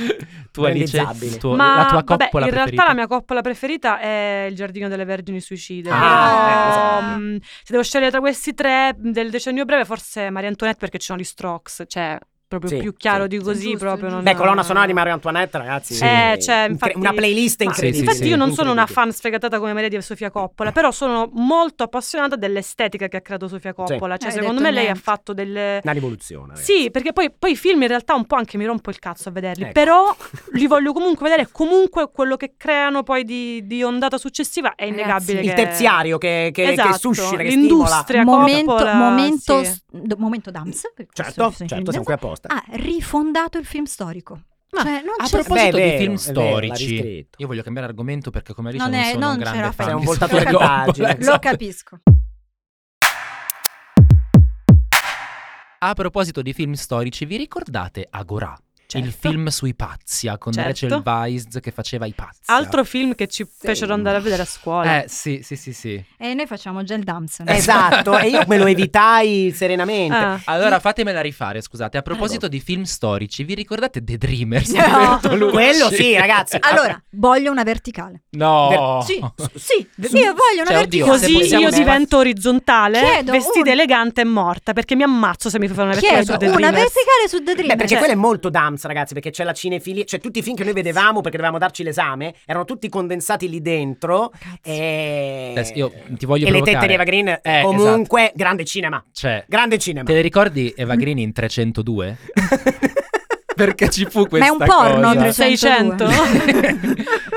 Speaker 2: tu Alice,
Speaker 5: Realizzabile.
Speaker 2: il tuo-
Speaker 1: Ma
Speaker 2: la tua
Speaker 1: vabbè, in
Speaker 2: coppola preferita.
Speaker 1: realtà la mia coppola preferita è Il Giardino delle Vergini Suicide.
Speaker 5: Ah,
Speaker 1: Però, mm, se devo scegliere tra questi tre del decennio breve, forse Maria Antoinette perché ci sono gli Strokes, cioè proprio
Speaker 5: Sì,
Speaker 1: più chiaro
Speaker 5: sì.
Speaker 1: di così
Speaker 4: Giusto,
Speaker 1: proprio
Speaker 4: giusto.
Speaker 1: non-
Speaker 5: Beh, colonna sonora di Mario Antoinette, ragazzi.
Speaker 2: Sì.
Speaker 1: Eh, cioè,
Speaker 5: Incre-
Speaker 1: infatti-
Speaker 5: una playlist
Speaker 1: Ma-
Speaker 5: incredibile.
Speaker 2: Sì, sì,
Speaker 1: Infatti
Speaker 2: sì.
Speaker 1: io non sono una
Speaker 5: Incredibile.
Speaker 1: fan sfegatata come Maria di Sofia Coppola, però sono molto appassionata dell'estetica che ha creato Sofia Coppola. Cioè,
Speaker 4: Hai
Speaker 1: secondo
Speaker 4: detto
Speaker 1: me lei ha
Speaker 4: niente.
Speaker 1: fatto delle...
Speaker 5: Una rivoluzione. ragazzi.
Speaker 1: Sì, perché poi, poi i film in realtà un po' anche mi rompo il cazzo a vederli,
Speaker 5: Ecco.
Speaker 1: però li voglio comunque vedere. Comunque quello che creano poi di, di ondata successiva è
Speaker 4: Ragazzi,
Speaker 1: innegabile.
Speaker 5: Il
Speaker 1: che-
Speaker 5: terziario che, che,
Speaker 1: Esatto,
Speaker 5: che suscita, che stimola.
Speaker 1: l'industria
Speaker 4: momento,
Speaker 1: Coppola,
Speaker 4: momento,
Speaker 1: sì.
Speaker 4: d- momento Dams.
Speaker 5: Certo, certo, siamo qui apposta.
Speaker 4: Ha Ah, rifondato il film storico.
Speaker 1: Ma
Speaker 4: Cioè, non
Speaker 2: A
Speaker 4: c'è-
Speaker 5: Beh, è
Speaker 2: proposito di film
Speaker 5: vero, è vero, l'ha
Speaker 2: storici,
Speaker 5: riscritto.
Speaker 2: io voglio cambiare argomento perché come Alice
Speaker 4: Non
Speaker 2: non,
Speaker 4: è-
Speaker 2: sono un
Speaker 4: non
Speaker 2: grande
Speaker 4: c'era
Speaker 2: fan
Speaker 4: Sei
Speaker 5: un
Speaker 2: di
Speaker 5: voltatore
Speaker 2: Sofia
Speaker 5: di
Speaker 2: Coppola.
Speaker 5: pagine.
Speaker 4: lo capisco.
Speaker 2: A proposito di film storici, vi ricordate Agorà?
Speaker 1: Certo.
Speaker 2: Il film sui Pazia con
Speaker 1: Certo.
Speaker 2: Rachel Weisz che faceva i Pazia.
Speaker 1: Altro film che ci fecero andare a vedere a scuola.
Speaker 2: Eh, sì, sì, sì, sì.
Speaker 4: E noi facciamo già il Damson.
Speaker 2: Eh,
Speaker 5: Esatto, e io me lo evitai serenamente.
Speaker 1: Ah.
Speaker 2: Allora fatemela rifare, scusate. A proposito di film storici, vi ricordate The Dreamers? di
Speaker 4: No.
Speaker 2: Bertolucci?
Speaker 5: Quello sì, ragazzi.
Speaker 4: Allora, voglio una verticale.
Speaker 5: Oh.
Speaker 2: No.
Speaker 4: Sì, sì, sì, io voglio una
Speaker 2: Cioè, oddio,
Speaker 4: verticale.
Speaker 2: se
Speaker 1: Così
Speaker 2: possiamo-
Speaker 1: io divento orizzontale,
Speaker 4: Chiedo
Speaker 1: vestita
Speaker 4: un-
Speaker 1: elegante e morta, perché mi ammazzo se mi fai fare una verticale
Speaker 4: Chiedo
Speaker 1: su
Speaker 4: una
Speaker 1: The Dreamers.
Speaker 4: verticale su The Dream.
Speaker 5: Beh, perché
Speaker 4: Cioè,
Speaker 5: quello è molto Dams, ragazzi, perché c'è la cinefilia, cioè tutti i film che noi vedevamo perché dovevamo darci l'esame, erano tutti condensati lì dentro. E...
Speaker 2: Adesso io ti voglio
Speaker 5: e le
Speaker 2: provocare.
Speaker 5: tette di Eva Green,
Speaker 2: Eh,
Speaker 5: comunque, grande cinema.
Speaker 2: Cioè,
Speaker 5: Grande cinema.
Speaker 2: te le ricordi Eva Green in 302? Perché ci fu
Speaker 4: Ma
Speaker 2: questa
Speaker 4: è un porno,
Speaker 2: cosa.
Speaker 4: 302.
Speaker 1: 600?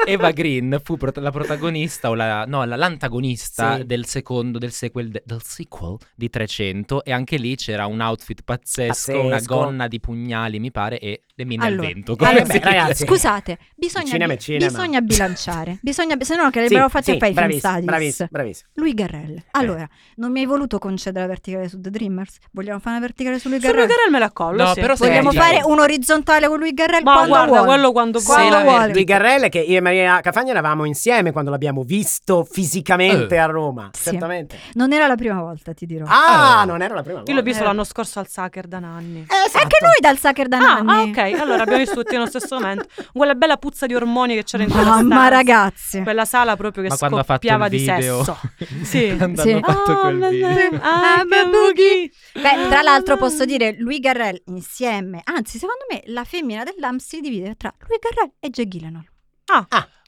Speaker 2: Eva Green fu prota- la protagonista o la, no, la- l'antagonista
Speaker 5: Sì.
Speaker 2: del secondo del sequel, de- del sequel di 300 e anche lì c'era un outfit pazzesco, una
Speaker 5: Pazzesco.
Speaker 2: gonna di pugnali mi pare e le mine
Speaker 4: Allora, eh,
Speaker 2: al vento.
Speaker 4: allora,
Speaker 2: come si
Speaker 5: beh,
Speaker 2: dice.
Speaker 5: ragazzi.
Speaker 4: Scusate, bisogna,
Speaker 5: Il cinema è cinema.
Speaker 4: bisogna bilanciare. bisogna, se no, che
Speaker 5: Sì,
Speaker 4: l'avrebbero fatto
Speaker 5: sì, Eh.
Speaker 4: a fare i film
Speaker 5: bravissimo,
Speaker 4: studies.
Speaker 5: bravissimo, bravissimo.
Speaker 4: Lui Garrel. Allora, non mi hai voluto concedere la verticale su The Dreamers? Vogliamo fare una verticale su Lui
Speaker 1: Sul
Speaker 4: Garrel?
Speaker 1: Lugarel me la collo,
Speaker 2: No,
Speaker 1: sì. certo.
Speaker 2: però se-
Speaker 4: Vogliamo
Speaker 2: Senti.
Speaker 4: fare un orizzontale con Lui Garrel
Speaker 1: Ma
Speaker 4: quando
Speaker 1: guarda,
Speaker 4: vuole.
Speaker 1: quello quando
Speaker 2: Se
Speaker 1: vuole.
Speaker 2: la
Speaker 4: Quando vuole.
Speaker 5: Luis Garrel che io e Maria Cafagna eravamo insieme quando l'abbiamo visto fisicamente
Speaker 2: Eh.
Speaker 5: a Roma,
Speaker 4: Sì.
Speaker 5: certamente.
Speaker 4: Non era la prima volta, ti dirò.
Speaker 5: Ah,
Speaker 2: Eh.
Speaker 5: non era la prima volta.
Speaker 1: Io l'ho visto
Speaker 4: Eh.
Speaker 1: l'anno scorso al Sacher da Nanni.
Speaker 5: Eh, esatto.
Speaker 4: Anche noi dal Sacher da
Speaker 1: Ah,
Speaker 4: Nanni.
Speaker 1: ah, ok, allora abbiamo visto tutti nello stesso momento. Quella bella puzza di ormoni che c'era in quella stanza.
Speaker 4: Mamma ragazzi.
Speaker 1: Quella sala proprio che
Speaker 2: Ma quando ha fatto
Speaker 1: scoppiava
Speaker 2: il
Speaker 1: di
Speaker 2: video.
Speaker 1: sesso. Sì. Oh,
Speaker 2: Quando
Speaker 4: Sì.
Speaker 2: hanno fatto quel
Speaker 1: ma-
Speaker 2: video.
Speaker 1: ah,
Speaker 4: Ah, ma
Speaker 1: che
Speaker 4: boogie.
Speaker 1: Ah,
Speaker 4: Beh, tra l'altro
Speaker 1: ma-
Speaker 4: posso dire Lui Garrel insieme, anzi secondo me la femmina dell'Ams si divide tra Lui Garrel e Jay Gyllenhaal.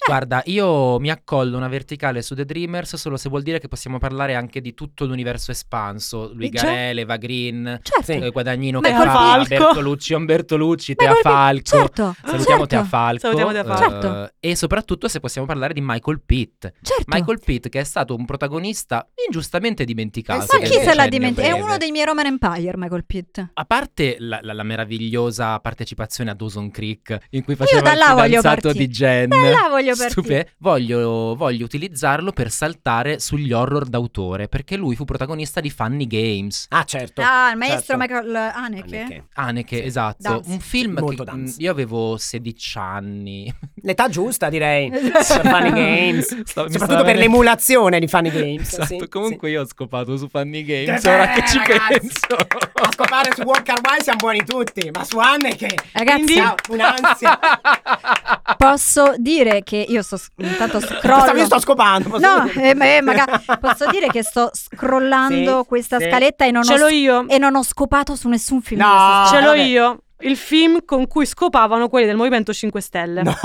Speaker 2: Guarda, io mi accollo una verticale su The Dreamers solo se vuol dire che possiamo parlare anche di tutto l'universo espanso, Lui
Speaker 4: Cioè?
Speaker 2: Garel, Eva Green,
Speaker 4: Certo.
Speaker 2: eh, Guadagnino
Speaker 4: Ma
Speaker 2: che
Speaker 4: col-
Speaker 2: fa,
Speaker 1: Falco.
Speaker 2: Bertolucci, Umbertolucci,
Speaker 4: Ma
Speaker 2: Tea
Speaker 4: guardi-
Speaker 2: Falco.
Speaker 4: Certo.
Speaker 2: Salutiamo
Speaker 4: certo,
Speaker 2: Tea Falco.
Speaker 1: Salutiamo Tea
Speaker 4: Falco.
Speaker 2: eh, E soprattutto se possiamo parlare di Michael Pitt.
Speaker 4: certo.
Speaker 2: Michael Pitt che è stato un protagonista ingiustamente dimenticato.
Speaker 5: Eh sì,
Speaker 4: Ma
Speaker 2: del
Speaker 4: chi se l'ha
Speaker 2: decennio
Speaker 4: dimenticato? È
Speaker 2: breve.
Speaker 4: uno dei miei Roman Empire, Michael Pitt.
Speaker 2: A parte la, la- la meravigliosa partecipazione a Dawson Creek in cui
Speaker 4: Io
Speaker 2: faceva
Speaker 4: da
Speaker 2: il
Speaker 4: là voglio
Speaker 2: fidanzato
Speaker 4: partire.
Speaker 2: di Jen.
Speaker 4: Da là voglio partire.
Speaker 2: Stupe- voglio, voglio utilizzarlo per saltare sugli horror d'autore perché lui fu protagonista di Funny Games.
Speaker 5: Ah, certo.
Speaker 4: Ah, il maestro
Speaker 5: Certo.
Speaker 4: Michael Haneke.
Speaker 5: Anche.
Speaker 2: Haneke,
Speaker 5: Sì.
Speaker 2: esatto,
Speaker 4: Dance.
Speaker 2: un film
Speaker 5: Molto
Speaker 2: che
Speaker 5: dance.
Speaker 2: mh, io avevo 16 anni.
Speaker 5: L'età giusta, direi. per Funny Games.
Speaker 2: Stavo- mi stava
Speaker 5: Soprattutto per
Speaker 2: venendo-
Speaker 5: l'emulazione di Funny Games.
Speaker 2: Esatto,
Speaker 5: sì,
Speaker 2: comunque io ho scopato su Funny
Speaker 5: sì.
Speaker 2: Games, ora che ci
Speaker 5: Ragazzi,
Speaker 2: penso.
Speaker 5: A scopare su Walker Wild siamo buoni tutti, ma su Anne che
Speaker 4: Ragazzi,
Speaker 5: Quindi- un'ansia.
Speaker 4: Ah. posso dire che io sto sc- intanto scrollo.
Speaker 5: Io sto scopando. posso
Speaker 4: No,
Speaker 5: dire?
Speaker 4: eh, ma- eh, magari- posso dire che sto scrollando
Speaker 5: Sì,
Speaker 4: questa
Speaker 5: sì.
Speaker 4: scaletta e non,
Speaker 1: Ce
Speaker 4: ho Eh, ah,
Speaker 1: l'ho
Speaker 4: sc-
Speaker 1: io.
Speaker 4: e non ho scopato su nessun film.
Speaker 5: No.
Speaker 4: di questo-
Speaker 1: Ce l'ho
Speaker 5: vabbè.
Speaker 1: io. Il film con cui scopavano quelli del Movimento 5 Stelle.
Speaker 5: No.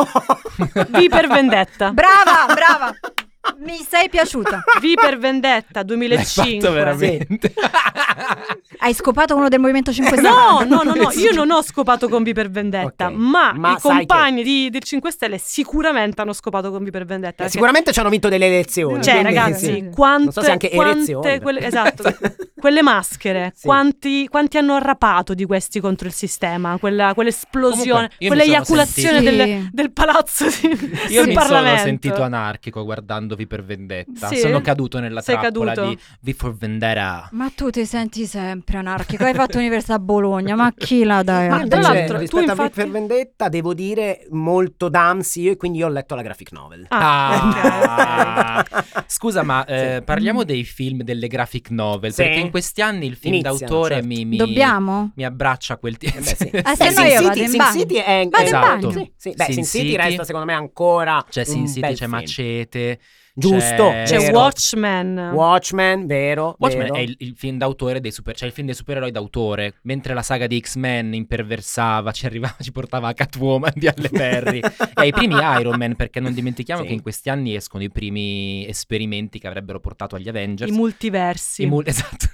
Speaker 1: Vi per vendetta.
Speaker 4: Brava, brava. Mi sei piaciuta.
Speaker 1: Vi per vendetta
Speaker 2: L'hai fatto
Speaker 1: 2005.
Speaker 2: veramente.
Speaker 4: Hai scopato uno del Movimento 5 Stelle?
Speaker 1: Eh, No, no, no, no, io non ho scopato con V per Vendetta,
Speaker 5: Esatto. Ok.
Speaker 1: ma,
Speaker 5: Ma
Speaker 1: i
Speaker 5: sai
Speaker 1: compagni di, del 5 Stelle sicuramente hanno scopato con V per Vendetta.
Speaker 5: Eh,
Speaker 1: perché-
Speaker 5: Sicuramente ci hanno vinto delle elezioni.
Speaker 1: Cioè,
Speaker 5: quindi-
Speaker 1: ragazzi,
Speaker 5: sì.
Speaker 1: quante,
Speaker 5: Non so se anche
Speaker 1: quante
Speaker 5: erezioni.
Speaker 1: quelle, esatto, quelle maschere,
Speaker 5: Sì.
Speaker 1: quanti, quanti hanno arrapato di questi contro il sistema? Quella, quell'esplosione,
Speaker 2: Comunque, io mi
Speaker 1: quella
Speaker 2: sono
Speaker 1: eiaculazione
Speaker 4: sentito-
Speaker 1: del,
Speaker 4: Sì.
Speaker 1: del palazzo di,
Speaker 2: Io
Speaker 1: del
Speaker 2: mi sono
Speaker 1: Parlamento.
Speaker 2: sentito anarchico guardandovi per vendetta.
Speaker 1: Sì?
Speaker 2: Sono caduto nella
Speaker 1: Sei
Speaker 2: trappola
Speaker 1: caduto?
Speaker 2: di V for Vendetta.
Speaker 4: Ma tu ti senti sempre anarchico. Hai fatto università a Bologna, ma chi la dai?
Speaker 1: Ma
Speaker 4: a
Speaker 1: tra
Speaker 5: Invece,
Speaker 4: Bologna?
Speaker 1: l'altro, tu
Speaker 5: rispetto a
Speaker 1: infatti-
Speaker 5: Vic cioè, per Vendetta, devo dire molto Damsi io e quindi io ho letto la graphic novel. Ah,
Speaker 1: Ah,
Speaker 2: Ah. Scusa, ma eh,
Speaker 5: Sì.
Speaker 2: parliamo dei film, delle graphic novel.
Speaker 5: Sì.
Speaker 2: Perché in questi anni il film
Speaker 5: Iniziano,
Speaker 2: d'autore
Speaker 5: certo.
Speaker 2: mi, mi-
Speaker 4: Dobbiamo?
Speaker 2: mi abbraccia quel tipo.
Speaker 5: Eh beh, sì.
Speaker 4: Ah,
Speaker 5: Beh,
Speaker 4: se no io
Speaker 5: Sin City-
Speaker 4: vado in
Speaker 5: Sin
Speaker 4: bagno.
Speaker 5: City è
Speaker 4: Vado in
Speaker 2: Esatto.
Speaker 4: bagno.
Speaker 5: Sì, sì. Beh,
Speaker 2: Sin
Speaker 5: Sin, City,
Speaker 2: City.
Speaker 5: resta secondo me ancora
Speaker 2: C'è Sin
Speaker 5: un
Speaker 2: City,
Speaker 5: bel
Speaker 2: c'è
Speaker 5: film.
Speaker 2: Macete.
Speaker 5: Giusto,
Speaker 1: C'è
Speaker 5: Vero.
Speaker 1: Watchmen.
Speaker 5: Watchmen, vero?
Speaker 2: Watchmen
Speaker 5: vero.
Speaker 2: è il, il film d'autore dei super, cioè il film dei supereroi d'autore, mentre la saga di X-Men imperversava, ci arrivava, ci portava a Catwoman di Halle Perry e i primi Iron Man, perché non dimentichiamo
Speaker 5: Sì.
Speaker 2: che in questi anni escono i primi esperimenti che avrebbero portato agli Avengers.
Speaker 1: I multiversi.
Speaker 2: I mul- esatto,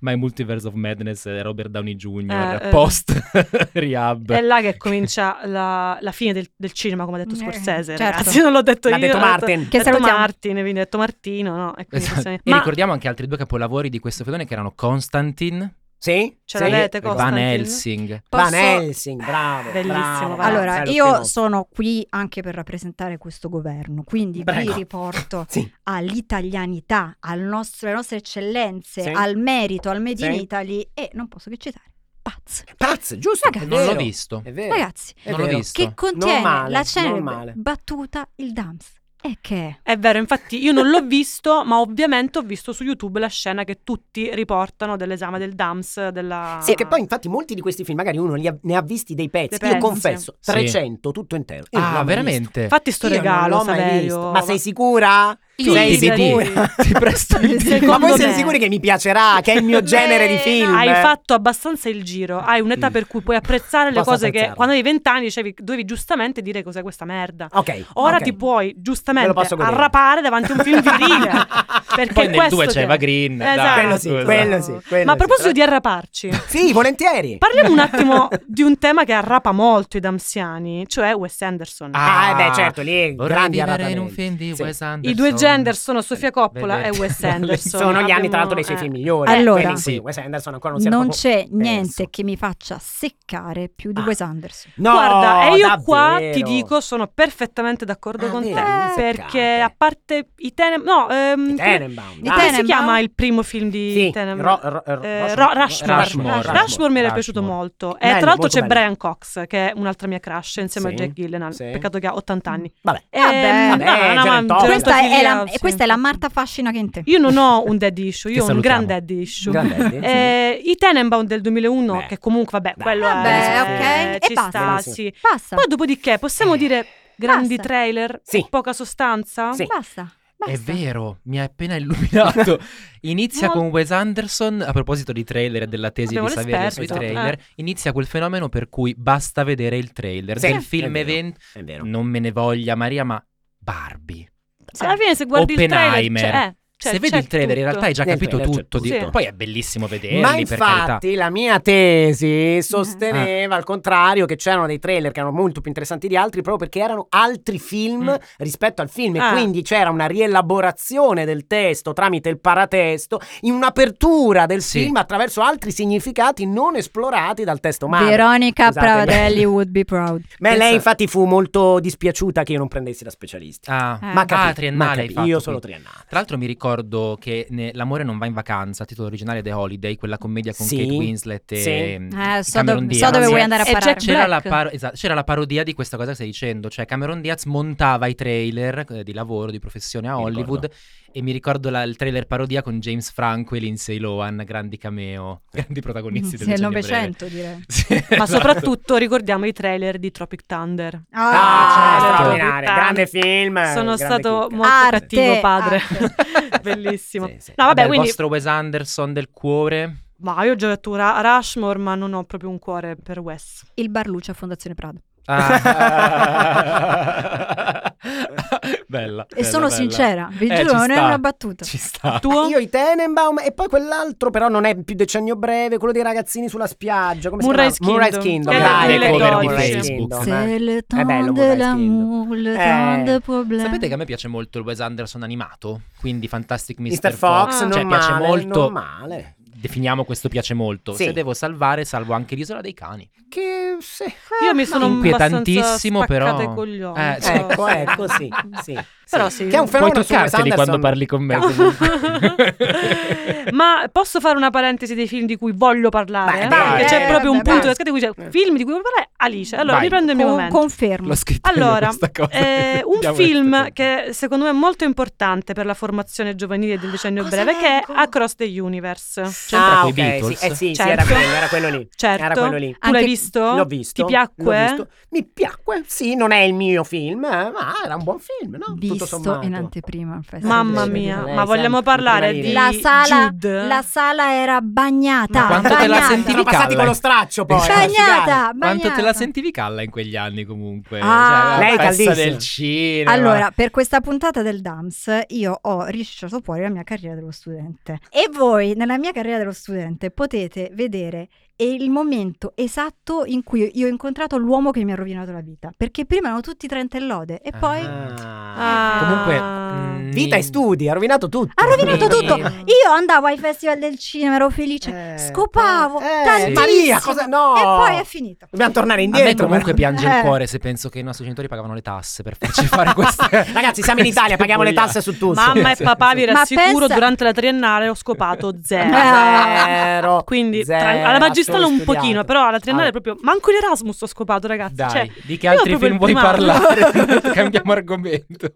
Speaker 2: ma i Multiverse of Madness eh, Robert Downey Jr.
Speaker 1: Eh, eh.
Speaker 2: post Rehab.
Speaker 1: è là che comincia la, la fine del, del cinema, come ha detto
Speaker 4: Eh,
Speaker 1: Scorsese,
Speaker 4: certo.
Speaker 1: ragazzi. Non l'ho detto
Speaker 5: L'ha
Speaker 1: io.
Speaker 5: detto
Speaker 1: l'ha
Speaker 5: Martin.
Speaker 4: Che
Speaker 1: L'ha detto
Speaker 4: salutiamo.
Speaker 1: Martin, quindi ho detto Martino, no? E quindi
Speaker 2: Esatto.
Speaker 1: possiamo-
Speaker 2: E
Speaker 1: Ma
Speaker 2: ricordiamo anche altri due capolavori di questo filone che erano Constantine,
Speaker 5: Sì?
Speaker 1: ce
Speaker 5: sì.
Speaker 1: l'avete
Speaker 2: Van
Speaker 1: Constantine?
Speaker 2: Helsing.
Speaker 4: Posso-
Speaker 5: Van Helsing, bravo.
Speaker 1: Bellissimo,
Speaker 5: bravo.
Speaker 1: Van Helsing.
Speaker 4: Allora,
Speaker 5: Bello
Speaker 4: io
Speaker 5: spin-off.
Speaker 4: sono qui anche per rappresentare questo governo, quindi
Speaker 5: Prego.
Speaker 4: vi riporto
Speaker 5: Sì.
Speaker 4: all'italianità, al nostro- alle nostre eccellenze,
Speaker 5: Sì.
Speaker 4: al merito, al Made in
Speaker 5: Sì.
Speaker 4: Italy e non posso che citare Paz.
Speaker 5: Pazzo, giusto?
Speaker 4: Ragazzi.
Speaker 5: è
Speaker 2: Non l'ho
Speaker 5: vero,
Speaker 2: visto.
Speaker 5: È vero.
Speaker 4: Ragazzi,
Speaker 5: è
Speaker 2: non l'ho
Speaker 5: vero.
Speaker 2: visto.
Speaker 4: che contiene
Speaker 5: Normale,
Speaker 4: la celebre
Speaker 5: normale.
Speaker 4: battuta il Dams. E che è?
Speaker 1: È vero, infatti io non l'ho visto, ma ovviamente ho visto su YouTube la scena che tutti riportano dell'esame del DAMS. Della...
Speaker 5: Sì, che poi infatti molti di questi film magari uno li ha- ne ha visti dei pezzi.
Speaker 1: Dei
Speaker 5: Io
Speaker 1: pezzi.
Speaker 5: confesso,
Speaker 2: Sì.
Speaker 5: 300 tutto intero. Io non l'ho
Speaker 2: Ah,
Speaker 5: mai
Speaker 2: veramente?
Speaker 1: Fatti sto
Speaker 5: visto. Io non
Speaker 1: regalo,
Speaker 5: l'ho mai
Speaker 1: Saverio.
Speaker 5: visto. Ma sei sicura?
Speaker 2: Io
Speaker 5: sei
Speaker 2: il DVD.
Speaker 5: sicura?
Speaker 2: Ti presto il
Speaker 1: Sì,
Speaker 2: DVD.
Speaker 5: Ma voi
Speaker 1: Secondo
Speaker 5: siete
Speaker 1: me.
Speaker 5: sicuri che mi piacerà? Che è il mio genere di film? Mm.
Speaker 1: Hai fatto abbastanza il giro, hai un'età per cui puoi apprezzare le
Speaker 5: Posso
Speaker 1: cose che
Speaker 5: apprezzarle.
Speaker 1: quando avevi vent'anni dicevi, dovevi giustamente dire cos'è questa merda.
Speaker 5: Ok.
Speaker 1: Ora
Speaker 5: ok.
Speaker 1: ti puoi
Speaker 5: Me
Speaker 1: giustamente
Speaker 5: lo posso godere.
Speaker 1: arrapare davanti a un film virile. perché
Speaker 6: Poi nel
Speaker 1: questo
Speaker 6: 2 c'è
Speaker 1: che-
Speaker 6: Eva Green.
Speaker 1: Esatto.
Speaker 6: dai,
Speaker 5: Quello sì,
Speaker 6: scusa.
Speaker 5: quello sì, quello
Speaker 1: Ma a
Speaker 5: sì.
Speaker 1: proposito di arraparci,
Speaker 5: Sì, volentieri.
Speaker 1: parliamo un attimo di un tema che arrapa molto i damsiani, cioè Wes Anderson.
Speaker 5: Ah, eh beh, certo, lì
Speaker 2: Vorrei
Speaker 5: grandi
Speaker 2: vivere in un
Speaker 5: arrabbiamenti.
Speaker 2: film di
Speaker 5: Sì.
Speaker 2: Wes
Speaker 1: I
Speaker 2: Anderson.
Speaker 1: due gender sono Sofia Coppola
Speaker 2: Vedete.
Speaker 1: e Wes Anderson.
Speaker 5: Sono gli anni,
Speaker 1: Abbiamo-
Speaker 5: tra l'altro, dei suoi
Speaker 1: eh.
Speaker 5: film migliori.
Speaker 4: Allora.
Speaker 5: Quelli sì,
Speaker 6: Sì.
Speaker 5: Wes Anderson ancora non si era
Speaker 4: Non
Speaker 5: proprio
Speaker 4: c'è
Speaker 5: perso.
Speaker 4: niente che mi faccia seccare più di
Speaker 5: Ah.
Speaker 4: Wes Anderson.
Speaker 5: No,
Speaker 1: Guarda, e io
Speaker 5: davvero.
Speaker 1: qua ti dico, sono perfettamente d'accordo
Speaker 5: Ah,
Speaker 1: con
Speaker 5: vedi,
Speaker 1: te.
Speaker 5: mi
Speaker 1: Perché
Speaker 5: seccate.
Speaker 1: a parte i Tenem. No, ehm,
Speaker 5: Di
Speaker 1: come-
Speaker 5: Tenenbaum.
Speaker 4: Di
Speaker 5: dai.
Speaker 1: come si
Speaker 4: Tenenbaum?
Speaker 1: chiama il primo film di
Speaker 5: Sì,
Speaker 1: Tenem?
Speaker 5: Ro- Ro- Ro-
Speaker 1: Eh,
Speaker 5: Rushmore.
Speaker 1: Ro- Rushmore.
Speaker 2: Rushmore.
Speaker 1: Rushmore. Rushmore mi era
Speaker 2: Rushmore.
Speaker 1: piaciuto molto. E
Speaker 5: Bello,
Speaker 1: tra l'altro
Speaker 5: molto
Speaker 1: c'è
Speaker 5: bello.
Speaker 1: Brian Cox, che è un'altra mia crush, insieme a
Speaker 5: Sì,
Speaker 1: Jack Gillenal.
Speaker 5: sì.
Speaker 1: Peccato che ha 80 anni.
Speaker 5: Vabbè.
Speaker 1: Eh,
Speaker 4: Vabbè.
Speaker 1: no,
Speaker 5: Vabbè,
Speaker 1: no, ma
Speaker 5: Gerald Todd.
Speaker 1: Gerald
Speaker 4: Cioè, Questa
Speaker 1: Todd
Speaker 4: è, la,
Speaker 1: Filial, sì,
Speaker 4: questa è la
Speaker 1: infatti.
Speaker 4: Marta Fascina che in te.
Speaker 1: Io non ho un dead issue, io
Speaker 6: Che
Speaker 1: ho un
Speaker 6: salutiamo.
Speaker 1: gran dead issue.
Speaker 5: Grande, sì.
Speaker 1: Eh, I Tenenbaum del 2001,
Speaker 5: Beh.
Speaker 1: che comunque, vabbè,
Speaker 5: Dai.
Speaker 1: quello
Speaker 4: Vabbè,
Speaker 1: è,
Speaker 4: ok,
Speaker 1: ci
Speaker 4: e basta.
Speaker 1: sta, sì.
Speaker 4: Basta,
Speaker 1: Poi dopodiché possiamo dire grandi
Speaker 4: Basta.
Speaker 1: trailer,
Speaker 5: Sì.
Speaker 1: poca sostanza.
Speaker 5: Sì.
Speaker 4: basta, basta.
Speaker 2: È vero, mi hai appena illuminato. Inizia
Speaker 1: Mol-
Speaker 2: con Wes Anderson, a proposito di trailer e della tesi
Speaker 1: Abbiamo
Speaker 2: di Saverio sui
Speaker 1: l'esperto,
Speaker 2: trailer, inizia quel fenomeno per cui basta vedere il trailer
Speaker 5: Sì,
Speaker 2: del
Speaker 5: è
Speaker 2: film
Speaker 5: vero.
Speaker 2: event,
Speaker 5: È vero.
Speaker 2: non me ne voglia Maria, ma Barbie.
Speaker 1: Cioè, alla fine se guardi il trailer,
Speaker 2: Oppenheimer.
Speaker 1: c'è, cioè,
Speaker 2: Se vedi
Speaker 1: c'è
Speaker 2: il trailer in
Speaker 1: tutto.
Speaker 2: realtà hai già
Speaker 5: Nel
Speaker 2: capito
Speaker 5: trailer c'è
Speaker 2: tutto, di-
Speaker 1: tutto. Sì.
Speaker 2: poi è bellissimo vederli
Speaker 5: Ma
Speaker 2: per carità. Ah.
Speaker 5: infatti la mia tesi sosteneva al contrario che c'erano dei trailer che erano molto più interessanti di altri proprio perché erano altri film
Speaker 2: Mm.
Speaker 5: rispetto al film
Speaker 1: Ah.
Speaker 5: e quindi c'era una rielaborazione del testo tramite il paratesto in un'apertura del
Speaker 2: Sì.
Speaker 5: film attraverso altri significati non esplorati dal testo madre.
Speaker 4: Veronica
Speaker 5: Scusate,
Speaker 4: Pradelli
Speaker 5: beh.
Speaker 4: would be proud.
Speaker 5: Beh,
Speaker 2: Pensa-
Speaker 5: lei infatti fu molto dispiaciuta che io non prendessi da specialista.
Speaker 2: Ah,
Speaker 4: Eh.
Speaker 5: Ma
Speaker 2: ah,
Speaker 5: capì,
Speaker 2: triennale
Speaker 5: ma
Speaker 2: hai
Speaker 5: capì,
Speaker 2: fatto,
Speaker 5: io
Speaker 2: quindi.
Speaker 5: sono triennale.
Speaker 2: Tra l'altro mi ricordo che ne- L'amore non va in vacanza, titolo originale The Holiday, quella commedia con
Speaker 5: Sì.
Speaker 2: Kate Winslet
Speaker 5: Sì.
Speaker 2: e mm,
Speaker 4: Eh, so,
Speaker 2: Cameron
Speaker 4: dov-
Speaker 2: Diaz.
Speaker 4: so dove vuoi
Speaker 1: Sì.
Speaker 4: andare a
Speaker 1: E
Speaker 4: parare. Ecco.
Speaker 1: Jack
Speaker 2: C'era la,
Speaker 1: Black.
Speaker 2: paro- esatto, c'era la parodia di questa cosa che stai dicendo, cioè Cameron Diaz montava i trailer eh, di lavoro, di professione a
Speaker 5: Mi
Speaker 2: Hollywood e mi ricordo la- il trailer parodia con James Franco e Lindsay Lohan, grandi cameo, grandi protagonisti del
Speaker 4: Sì, è il
Speaker 2: decennio
Speaker 4: Novecento direi.
Speaker 2: breve. Sì,
Speaker 1: Ma
Speaker 2: esatto.
Speaker 1: soprattutto ricordiamo i trailer di Tropic Thunder.
Speaker 5: Ah,
Speaker 2: certo.
Speaker 5: straordinario, grande film.
Speaker 1: Sono
Speaker 5: grande
Speaker 1: stato
Speaker 5: chicca.
Speaker 1: molto
Speaker 4: Arte,
Speaker 1: cattivo padre.
Speaker 5: arte.
Speaker 1: Bellissimo.
Speaker 5: Sì, sì.
Speaker 1: No, vabbè,
Speaker 2: Vabbè, il
Speaker 1: quindi
Speaker 2: vostro Wes Anderson del cuore.
Speaker 1: ma io ho già detto Ra- Rushmore, ma non ho proprio un cuore per Wes.
Speaker 4: Il Barluccia Fondazione Prado.
Speaker 2: Ah. bella.
Speaker 4: E sono sincera, vi
Speaker 2: Eh,
Speaker 4: giuro,
Speaker 2: ci
Speaker 4: non è
Speaker 2: sta.
Speaker 4: una battuta.
Speaker 2: Ci sta.
Speaker 1: Tuo?
Speaker 5: Ah, Io i Tenenbaum e poi quell'altro però non è più decennio breve, quello dei ragazzini sulla spiaggia, come
Speaker 1: Moonrise
Speaker 5: si chiama? Moonrise
Speaker 1: Kingdom.
Speaker 5: Kingdom.
Speaker 2: Che era
Speaker 5: dai,
Speaker 2: del
Speaker 5: quello,
Speaker 2: 2012.
Speaker 5: Moonrise
Speaker 2: Facebook.
Speaker 5: Kingdom, eh.
Speaker 4: C'est le
Speaker 5: È bello
Speaker 4: temps de
Speaker 5: Moonrise Kingdom.
Speaker 4: l'amour, le temps
Speaker 5: Eh.
Speaker 4: de problème.
Speaker 2: Sapete che a me piace molto il Wes Anderson animato, quindi Fantastic Mr.
Speaker 5: Mr. Fox,
Speaker 1: Ah.
Speaker 5: non
Speaker 2: cioè piace
Speaker 5: male,
Speaker 2: molto.
Speaker 5: non male.
Speaker 2: Definiamo questo piace molto.
Speaker 5: Sì.
Speaker 2: Se devo salvare, salvo anche l'isola dei cani.
Speaker 5: Che sì. ah,
Speaker 1: Io mi sono
Speaker 2: Inquietantissimo,
Speaker 1: abbastanza spaccata
Speaker 2: però.
Speaker 1: i coglioni.
Speaker 2: Eh,
Speaker 1: però-
Speaker 5: Ecco, ecco, sì, sì.
Speaker 1: Però
Speaker 5: sì.
Speaker 1: sì.
Speaker 5: Che è un
Speaker 2: Puoi
Speaker 5: fenomeno su Wes
Speaker 2: toccarteli quando parli
Speaker 5: Anderson.
Speaker 2: con me. comunque.
Speaker 1: Ma posso fare una parentesi dei film di cui voglio parlare?
Speaker 5: Vai, vai.
Speaker 1: Perché c'è
Speaker 5: Eh,
Speaker 1: proprio un
Speaker 4: vabbè,
Speaker 1: punto
Speaker 5: vai.
Speaker 1: di cui c'è film di cui voglio parlare. Alice, allora
Speaker 2: Eh. Vai.
Speaker 1: riprendo il mio
Speaker 4: Con-
Speaker 1: momento.
Speaker 4: confermo.
Speaker 2: L'ho scritto io
Speaker 1: Allora,
Speaker 2: questa cosa.
Speaker 1: eh, un
Speaker 2: Diamo
Speaker 1: film
Speaker 2: questo.
Speaker 1: che secondo me è molto importante per la formazione giovanile del decennio
Speaker 4: Cosa
Speaker 1: breve, che è
Speaker 4: leggo?
Speaker 1: Across the Universe.
Speaker 2: C'entra
Speaker 5: ah,
Speaker 2: coi
Speaker 5: ok,
Speaker 2: Beatles?
Speaker 5: sì, eh sì, sì,
Speaker 1: Certo.
Speaker 5: era quello, era quello lì.
Speaker 1: Certo.
Speaker 5: Era quello lì.
Speaker 1: Tu
Speaker 4: Anche-
Speaker 1: l'hai visto?
Speaker 5: L'ho visto.
Speaker 1: Ti piacque?
Speaker 5: l'ho visto. Mi piacque, sì, non è il mio film, eh, ma era un buon film, no? Tutto
Speaker 4: Visto
Speaker 5: sommato.
Speaker 4: in anteprima. al festival
Speaker 1: Mamma
Speaker 4: del
Speaker 1: mia,
Speaker 4: cinema.
Speaker 5: Eh,
Speaker 1: ma vogliamo
Speaker 5: sempre,
Speaker 1: parlare
Speaker 5: prima
Speaker 1: di
Speaker 4: La sala,
Speaker 1: Jude?
Speaker 4: la sala era bagnata.
Speaker 2: Ma quanto te la
Speaker 4: bagnata.
Speaker 2: sentivi
Speaker 5: Sono passati
Speaker 2: Calla.
Speaker 5: con lo straccio poi.
Speaker 2: Esatto.
Speaker 5: eh, dai.
Speaker 4: Bagnata,
Speaker 2: Quanto te la
Speaker 4: bagnata.
Speaker 2: sentivi calla in quegli anni comunque?
Speaker 4: Ah.
Speaker 2: Cioè,
Speaker 5: Lei
Speaker 2: la festa
Speaker 5: caldissima.
Speaker 2: del cinema.
Speaker 4: Allora, per questa puntata del DAMS io ho risciato fuori la mia carriera dello studente. E voi, nella mia carriera dello studente, potete vedere il momento esatto in cui io ho incontrato l'uomo che mi ha rovinato la vita. Perché prima erano tutti trentellode e poi
Speaker 5: Ah.
Speaker 1: Ah.
Speaker 2: Comunque, mm, mh,
Speaker 5: Vita e studi, ha rovinato tutto.
Speaker 4: ha rovinato
Speaker 2: Quindi-
Speaker 4: tutto. Io andavo ai festival del cinema, ero felice,
Speaker 5: Eh,
Speaker 4: scopavo.
Speaker 5: eh, eh,
Speaker 4: tantissimo.
Speaker 5: Maria, cosa- no.
Speaker 4: E poi è finito.
Speaker 5: Dobbiamo tornare
Speaker 2: A me
Speaker 5: indietro.
Speaker 2: comunque
Speaker 5: però.
Speaker 2: piange il
Speaker 4: Eh.
Speaker 2: cuore se penso che i nostri genitori pagavano le tasse per farci fare queste.
Speaker 5: Ragazzi, siamo in Italia, paghiamo le tasse su tutto.
Speaker 1: Mamma e papà, vi
Speaker 4: Ma
Speaker 1: rassicuro,
Speaker 4: pensa-
Speaker 1: durante la triennale ho scopato
Speaker 4: Eh.
Speaker 1: zero.
Speaker 5: Zero.
Speaker 1: Quindi
Speaker 5: Zero,
Speaker 1: tra- alla Spostalo un
Speaker 5: studiato.
Speaker 1: pochino, però alla triennale
Speaker 5: Ah.
Speaker 1: proprio. Manco l'Erasmus ho scopato, ragazzi.
Speaker 2: Dai,
Speaker 1: Cioè,
Speaker 2: di che
Speaker 1: io
Speaker 2: altri
Speaker 1: proprio
Speaker 2: film
Speaker 1: il
Speaker 2: vuoi
Speaker 1: primario.
Speaker 2: parlare? Cambiamo argomento.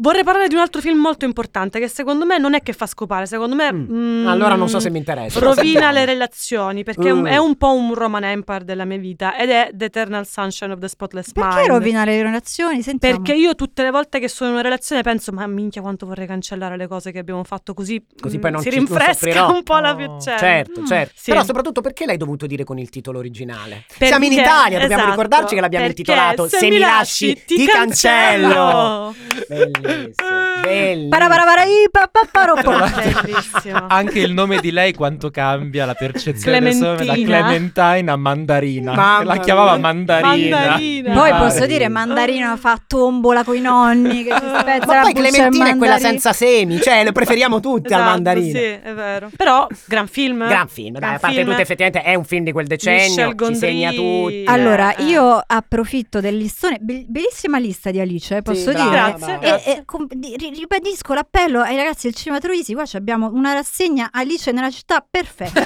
Speaker 1: Vorrei parlare di un altro film molto importante che secondo me non è che fa scopare, secondo me...
Speaker 5: Mm.
Speaker 1: mm,
Speaker 5: Allora non so se mi interessa.
Speaker 1: Rovina le relazioni perché è un-
Speaker 5: Mm.
Speaker 1: è un po' un Roman Empire della mia vita ed è The Eternal Sunshine of the Spotless Mind.
Speaker 4: Perché rovinare le relazioni? Sentiamo.
Speaker 1: Perché io tutte le volte che sono in una relazione penso ma minchia quanto vorrei cancellare le cose che abbiamo fatto così,
Speaker 5: Così
Speaker 1: mm,
Speaker 5: poi non
Speaker 1: si
Speaker 5: ci- non
Speaker 1: rinfresca
Speaker 5: soffrirò.
Speaker 1: un po' la
Speaker 2: Oh,
Speaker 1: piacere.
Speaker 5: Certo, certo.
Speaker 1: Sì.
Speaker 5: Però soprattutto perché l'hai dovuto dire con il titolo originale?
Speaker 1: Perché-
Speaker 5: Siamo in Italia, dobbiamo
Speaker 1: esatto,
Speaker 5: ricordarci che l'abbiamo
Speaker 1: perché
Speaker 5: intitolato Se, mi lasci, ti cancello. Bellissimo. Bellissimo.
Speaker 4: Paraparaparai, papaparopò.
Speaker 1: Bellissimo.
Speaker 2: Anche il nome di lei quanto cambia la percezione
Speaker 1: Clementina.
Speaker 2: insomma, da Clementina a Mandarina.
Speaker 5: Mamma
Speaker 2: la chiamava
Speaker 5: mia.
Speaker 2: Mandarina.
Speaker 1: Mandarina.
Speaker 4: Poi
Speaker 2: Pare.
Speaker 4: posso dire mandarino fa tombola coi nonni che si spezza
Speaker 5: Ma
Speaker 4: la
Speaker 5: poi
Speaker 4: buccia e
Speaker 5: Clementina è
Speaker 4: mandarino.
Speaker 5: quella senza semi, cioè lo preferiamo tutti
Speaker 1: cioè, Esatto,
Speaker 5: al mandarino.
Speaker 1: Sì, è vero. Però, gran film.
Speaker 5: Gran film, dai,
Speaker 1: Gran
Speaker 5: a parte
Speaker 1: film.
Speaker 5: tutto effettivamente è un film di quel decennio,
Speaker 1: Michel
Speaker 5: ci
Speaker 1: Gondry.
Speaker 5: segna tutti.
Speaker 4: Allora,
Speaker 1: Eh.
Speaker 4: io approfitto del listone, be- bellissima lista di Alice, eh, posso
Speaker 5: brava,
Speaker 4: dire.
Speaker 1: Grazie.
Speaker 5: brava.
Speaker 4: E, e com- di- ri- ribadisco l'appello ai ragazzi del Cinema Troisi, qua ci abbiamo una rassegna Alice nella città perfetta.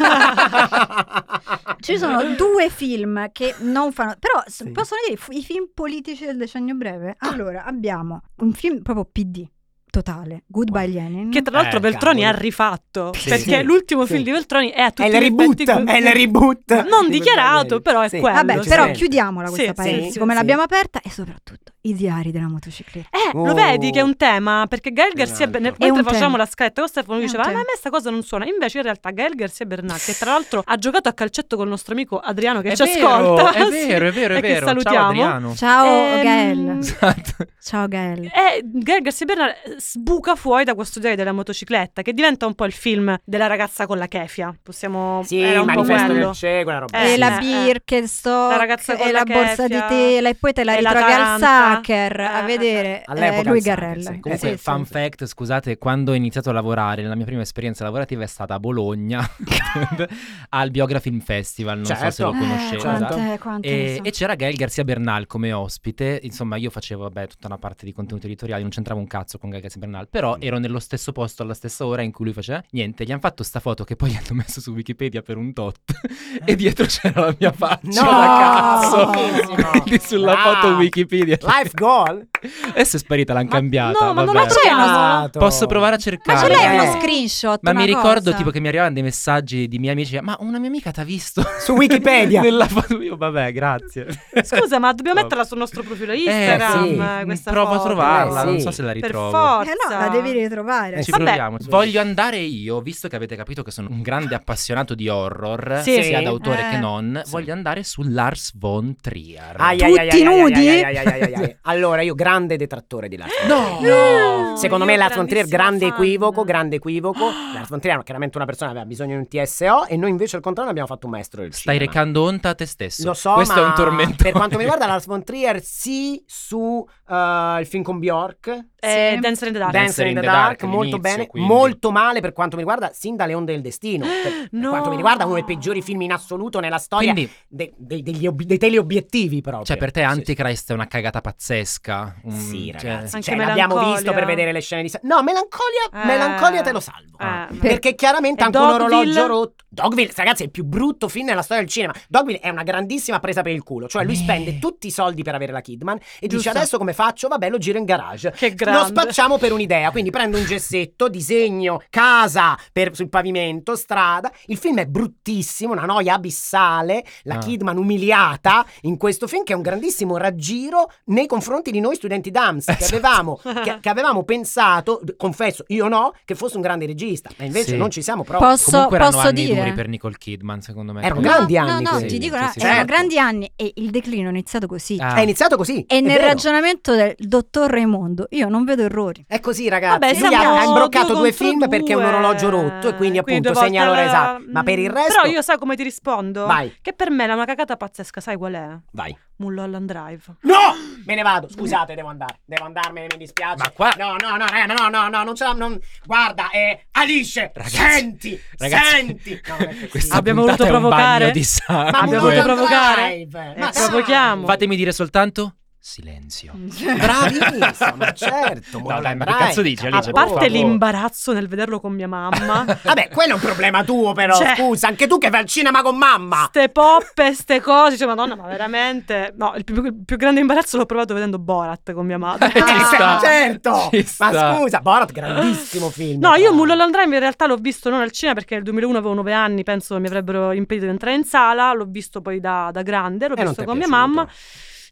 Speaker 4: Ci sono due film che non fanno, però s-
Speaker 5: Sì.
Speaker 4: possono dire fu- i film politici del decennio breve. Allora, abbiamo un film proprio PD totale, Goodbye Lenin.
Speaker 1: Che tra l'altro
Speaker 2: Eh,
Speaker 1: Veltroni
Speaker 5: cavolo.
Speaker 1: ha rifatto.
Speaker 5: Sì,
Speaker 1: perché
Speaker 5: sì,
Speaker 1: l'ultimo
Speaker 5: sì.
Speaker 1: film di Veltroni è a tutti
Speaker 5: È il
Speaker 1: gli
Speaker 5: reboot,
Speaker 1: effetti Eh, quel-
Speaker 5: è il reboot.
Speaker 1: Non
Speaker 5: Sì,
Speaker 1: dichiarato,
Speaker 5: quello
Speaker 1: però è
Speaker 5: Sì.
Speaker 1: quello.
Speaker 4: Vabbè,
Speaker 5: ci
Speaker 4: però
Speaker 5: sente.
Speaker 4: chiudiamola
Speaker 1: Sì,
Speaker 4: questa
Speaker 1: sì,
Speaker 4: parentesi,
Speaker 5: sì,
Speaker 4: come
Speaker 5: sì.
Speaker 4: l'abbiamo aperta e soprattutto i diari della motocicletta.
Speaker 1: Eh,
Speaker 5: Oh.
Speaker 1: lo vedi che è un tema, perché Gael
Speaker 5: Un
Speaker 1: Garcia
Speaker 5: altro.
Speaker 1: Bernacchi,
Speaker 4: È un
Speaker 1: mentre facciamo
Speaker 4: tema.
Speaker 1: la scaletta con Stefano,
Speaker 4: È
Speaker 1: lui
Speaker 4: un
Speaker 1: diceva, "Ah, ma a
Speaker 4: tema.
Speaker 1: me sta cosa non suona, invece in realtà Gael Garcia Bernacchi, che tra l'altro ha giocato a calcetto col nostro amico Adriano che
Speaker 2: È
Speaker 1: ci
Speaker 2: vero,
Speaker 1: ascolta.
Speaker 2: È
Speaker 1: Sì.
Speaker 2: vero, è vero, è
Speaker 1: e che
Speaker 2: vero. Ciao
Speaker 1: salutiamo. Eh,
Speaker 2: Adriano.
Speaker 4: Ciao
Speaker 1: Ehm,
Speaker 4: Gael.
Speaker 2: Esatto.
Speaker 4: Ciao Gael.
Speaker 1: E Gael Garcia Bernacchi eh, sbuca fuori da questo diario della motocicletta, che diventa un po' il film della ragazza con la kefia. Possiamo...
Speaker 5: Sì,
Speaker 1: era
Speaker 5: il
Speaker 1: un po'
Speaker 5: manifesto
Speaker 1: quello.
Speaker 5: del cieco, una roba.
Speaker 1: Eh,
Speaker 4: e
Speaker 5: sì.
Speaker 4: la
Speaker 1: eh,
Speaker 4: Birkenstock
Speaker 1: La ragazza con
Speaker 4: e
Speaker 1: la
Speaker 4: la borsa di
Speaker 1: chefia,
Speaker 4: tela e poi te la
Speaker 1: e la
Speaker 4: ritrovi al
Speaker 1: taranta.
Speaker 4: Sacher a
Speaker 1: Eh,
Speaker 4: vedere
Speaker 5: all'epoca
Speaker 4: eh, lui
Speaker 5: al Sacher,
Speaker 4: Garrella.
Speaker 5: sì.
Speaker 2: Comunque,
Speaker 4: Sì, sì.
Speaker 2: fun fact, scusate, quando ho iniziato a lavorare, la mia prima esperienza lavorativa è stata a Bologna al Biogra Film Festival, non so se
Speaker 5: Certo.
Speaker 2: lo
Speaker 4: Eh,
Speaker 2: conoscete.
Speaker 5: certo.
Speaker 2: esatto.
Speaker 4: quante- quante ne
Speaker 2: E,
Speaker 4: so.
Speaker 2: e c'era Gael Garcia Bernal come ospite, insomma io facevo vabbè, tutta una parte di contenuti editoriali, non c'entravo un cazzo con Gael Garcia Bernal, però
Speaker 5: Mm.
Speaker 2: ero nello stesso posto alla stessa ora in cui lui faceva niente, gli hanno fatto sta foto che poi gli hanno messo su Wikipedia per un tot e dietro c'era la mia faccia,
Speaker 5: Eh.
Speaker 2: da
Speaker 5: No! Bellissimo!
Speaker 2: cazzo, quindi sulla
Speaker 5: Bravo!
Speaker 2: foto Wikipedia.
Speaker 5: Life goal?
Speaker 2: Adesso è sparita, l'hanno
Speaker 1: Ma-
Speaker 2: cambiata.
Speaker 1: no, ma non
Speaker 2: vabbè.
Speaker 1: la c'è una-
Speaker 5: Esatto.
Speaker 2: Posso provare a
Speaker 4: Ma ce
Speaker 2: cercare.
Speaker 4: l'hai
Speaker 5: Eh.
Speaker 4: uno screenshot?
Speaker 2: Ma
Speaker 4: una
Speaker 2: mi ricordo
Speaker 4: cosa?
Speaker 2: tipo che mi arrivavano dei messaggi di miei amici, ma una mia amica t'ha visto
Speaker 5: Su Wikipedia.
Speaker 2: nella foto. Io, vabbè, grazie.
Speaker 1: Scusa, ma dobbiamo
Speaker 2: No.
Speaker 1: metterla sul nostro profilo
Speaker 5: sì.
Speaker 1: Instagram.
Speaker 2: Mm,
Speaker 1: questa
Speaker 2: Provo
Speaker 1: foto.
Speaker 2: a trovarla,
Speaker 5: Eh,
Speaker 2: non
Speaker 5: sì.
Speaker 2: so se la
Speaker 1: Per
Speaker 2: ritrovo.
Speaker 1: forza.
Speaker 4: Eh no, la devi ritrovare.
Speaker 2: Ci
Speaker 1: Vabbè.
Speaker 2: proviamo. Voglio andare io, visto che avete capito che sono un grande appassionato di horror,
Speaker 1: Sì.
Speaker 2: sia d'autore
Speaker 4: Eh.
Speaker 2: che non.
Speaker 5: Sì.
Speaker 2: Voglio andare su Lars von Trier.
Speaker 5: Ai, ai,
Speaker 4: Tutti
Speaker 5: ai, ai, ai,
Speaker 4: nudi?
Speaker 5: ai, ai, ai, ai, ai, ai. Allora, io grande detrattore di Lars von
Speaker 2: No!
Speaker 5: Trier.
Speaker 1: No!
Speaker 5: Secondo me
Speaker 1: Io
Speaker 5: Lars von Trier, grande
Speaker 1: grandissima fan.
Speaker 5: equivoco, grande equivoco. Lars von Trier, chiaramente una persona aveva bisogno di un TSO e noi invece al contrario abbiamo fatto un maestro del
Speaker 2: Stai
Speaker 5: cinema.
Speaker 2: recando onta a te stesso.
Speaker 5: Lo so,
Speaker 2: Questo
Speaker 5: ma
Speaker 2: è un tormento.
Speaker 5: Per quanto mi riguarda, Lars von Trier, sì, su eh, il film con Bjork,
Speaker 1: Eh,
Speaker 4: Sì.
Speaker 1: Dancer in the Dark.
Speaker 2: Dance
Speaker 5: Dancer in the, Dark, molto bene,
Speaker 2: quindi.
Speaker 5: molto male per quanto mi riguarda, sin dalle onde del destino. Per, per
Speaker 1: No.
Speaker 5: quanto mi riguarda, uno dei peggiori film in assoluto nella storia
Speaker 2: Quindi,
Speaker 5: de- de- degli ob- dei teleobiettivi proprio.
Speaker 2: cioè, per te
Speaker 5: Sì,
Speaker 2: Antichrist è una cagata pazzesca. Mm,
Speaker 5: Sì, Sì,
Speaker 2: cioè-
Speaker 5: ragazzi,
Speaker 1: Anche
Speaker 5: cioè, l'abbiamo
Speaker 1: Melancolia.
Speaker 5: visto per vedere le scene di... Sa- No, Melancolia,
Speaker 1: Eh.
Speaker 5: Melancolia te lo salvo.
Speaker 2: Ah.
Speaker 1: Eh,
Speaker 5: Perché chiaramente
Speaker 1: E
Speaker 5: anche un
Speaker 1: Dogville?
Speaker 5: orologio rotto. Dogville, ragazzi, è il più brutto film nella storia del cinema. Dogville è una grandissima presa per il culo. Cioè, lui
Speaker 2: Eh.
Speaker 5: spende tutti i soldi per avere la Kidman e dice
Speaker 1: Giusto.
Speaker 5: adesso come faccio? Vabbè, lo giro in garage.
Speaker 1: Che
Speaker 5: Lo
Speaker 1: grande.
Speaker 5: spacciamo per un'idea. Quindi prendo un gessetto, disegno casa per- sul pavimento, strada. Il film è bruttissimo, una noia abissale. La
Speaker 2: Ah.
Speaker 5: Kidman umiliata in questo film, che è un grandissimo raggiro nei confronti di noi studenti d'AMS, che
Speaker 2: Esatto.
Speaker 5: avevamo, che, che avevamo pensato, d- confesso, io no, che fosse un grande regista. Ma invece
Speaker 2: Sì.
Speaker 5: non ci siamo proprio.
Speaker 4: Posso,
Speaker 2: Comunque erano
Speaker 4: posso
Speaker 2: anni
Speaker 4: dire?
Speaker 2: duri per Nicole Kidman, secondo me.
Speaker 5: Erano
Speaker 2: Come-
Speaker 5: grandi
Speaker 4: no,
Speaker 5: anni
Speaker 4: No, no,
Speaker 5: così.
Speaker 4: ti dico,
Speaker 2: Sì, sì,
Speaker 4: erano
Speaker 5: certo.
Speaker 4: grandi anni e il declino è iniziato così.
Speaker 2: Ah.
Speaker 5: È iniziato così.
Speaker 4: E
Speaker 5: è
Speaker 4: nel
Speaker 5: vero.
Speaker 4: ragionamento del dottor Raimondo io non vedo errori.
Speaker 5: È così, ragazzi.
Speaker 1: Vabbè,
Speaker 5: Lui
Speaker 1: siamo
Speaker 5: ha, ha imbroccato
Speaker 1: due
Speaker 5: due
Speaker 1: contro
Speaker 5: film perché è un
Speaker 1: due.
Speaker 5: orologio rotto e quindi, appunto
Speaker 1: due volte
Speaker 5: segna l'ora
Speaker 1: alla-
Speaker 5: esatta. Ma per il
Speaker 1: Mm,
Speaker 5: resto,
Speaker 1: Però io sai come ti rispondo?
Speaker 5: Vai.
Speaker 1: Che per me è una cagata pazzesca, sai qual è?
Speaker 5: vai.
Speaker 1: Mulholland Drive.
Speaker 5: No! Me ne vado, scusate, devo andare. Devo andarmene, mi dispiace.
Speaker 2: Ma qua-
Speaker 5: No, no, no, raga, no, no, no, non ce la. Non... Guarda, eh, Alice,
Speaker 2: Ragazzi,
Speaker 5: senti,
Speaker 2: ragazzi,
Speaker 5: senti. No, non è così.
Speaker 2: questa
Speaker 1: Abbiamo
Speaker 2: puntata
Speaker 1: voluto
Speaker 2: è un bagno
Speaker 1: provocare?
Speaker 2: di sangue.
Speaker 5: Ma
Speaker 1: abbiamo
Speaker 5: Mulholland
Speaker 1: voluto provocare?
Speaker 5: Drive,
Speaker 1: Eh,
Speaker 5: ma dai.
Speaker 1: provochiamo.
Speaker 2: Fatemi dire soltanto Silenzio.
Speaker 5: Mm. Bravissimo, ma certo.
Speaker 2: No,
Speaker 5: Mulholland
Speaker 2: dai, ma che
Speaker 5: Drive.
Speaker 2: cazzo dici, Alice, Boh.
Speaker 1: A
Speaker 2: per
Speaker 1: parte
Speaker 2: favore.
Speaker 1: l'imbarazzo nel vederlo con mia mamma,
Speaker 5: Vabbè, quello è un problema tuo, però.
Speaker 1: Cioè-
Speaker 5: Scusa, anche tu che vai al cinema con mamma.
Speaker 1: ste poppe, ste cose, cioè, madonna, ma veramente... No, il più, il più grande imbarazzo l'ho provato vedendo Borat con mia madre.
Speaker 2: Eh, ci
Speaker 5: Eh,
Speaker 2: sta.
Speaker 5: certo.
Speaker 2: Ci
Speaker 5: Ma
Speaker 2: sta.
Speaker 5: scusa, Borat, grandissimo film.
Speaker 1: No, io
Speaker 5: Mulholland
Speaker 1: Mulholland Drive in realtà l'ho visto non al cinema perché nel 2001 avevo 9 anni, penso mi avrebbero impedito di entrare in sala, l'ho visto poi da, da grande, l'ho
Speaker 5: E Eh, non
Speaker 1: visto
Speaker 5: t'è
Speaker 1: con mia
Speaker 5: piaciuto?
Speaker 1: mamma.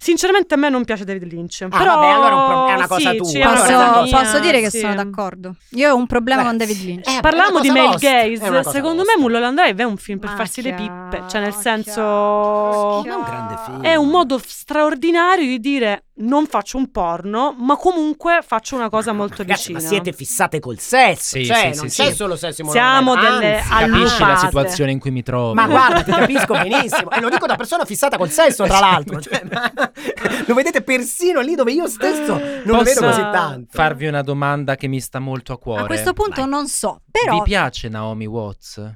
Speaker 1: Sinceramente a me non piace David Lynch,
Speaker 5: Ah,
Speaker 1: però
Speaker 5: vabbè, allora è un pro- è una cosa
Speaker 1: sì,
Speaker 5: tua. Eh,
Speaker 1: sì, è una
Speaker 5: Allora,
Speaker 1: cosa
Speaker 4: Posso,
Speaker 1: mia,
Speaker 4: posso dire che
Speaker 1: Eh, sì.
Speaker 4: sono d'accordo. Io ho un problema con David Lynch.
Speaker 5: eh,
Speaker 1: Parlavamo di male
Speaker 5: Mel
Speaker 1: gaze, secondo me Mulholland Drive è un film per
Speaker 4: Ma
Speaker 1: farsi le
Speaker 4: Ah, chiaro,
Speaker 1: pippe, cioè nel
Speaker 4: chiaro.
Speaker 1: senso
Speaker 5: Non è un grande film.
Speaker 1: è un modo straordinario di dire non faccio un porno, ma comunque faccio una cosa molto
Speaker 5: Ragazzi,
Speaker 1: vicina.
Speaker 5: ma siete fissate col sesso,
Speaker 2: Sì,
Speaker 5: cioè
Speaker 2: sì,
Speaker 5: non
Speaker 2: sì,
Speaker 5: c'è
Speaker 2: sì.
Speaker 5: solo sesso in
Speaker 1: Siamo
Speaker 5: Mulholland,
Speaker 1: delle
Speaker 5: anzi.
Speaker 1: allupate.
Speaker 2: Capisci la
Speaker 1: Allupate.
Speaker 2: situazione in cui mi trovo.
Speaker 5: Ma guarda, ti capisco benissimo. E lo dico da persona fissata col sesso, tra l'altro. Cioè, ma- lo vedete persino lì dove io stesso non lo
Speaker 2: Posso
Speaker 5: vedo così tanto.
Speaker 2: Farvi una domanda che mi sta molto a cuore.
Speaker 4: A questo punto non so,
Speaker 2: Vi
Speaker 4: però
Speaker 2: piace Naomi Watts?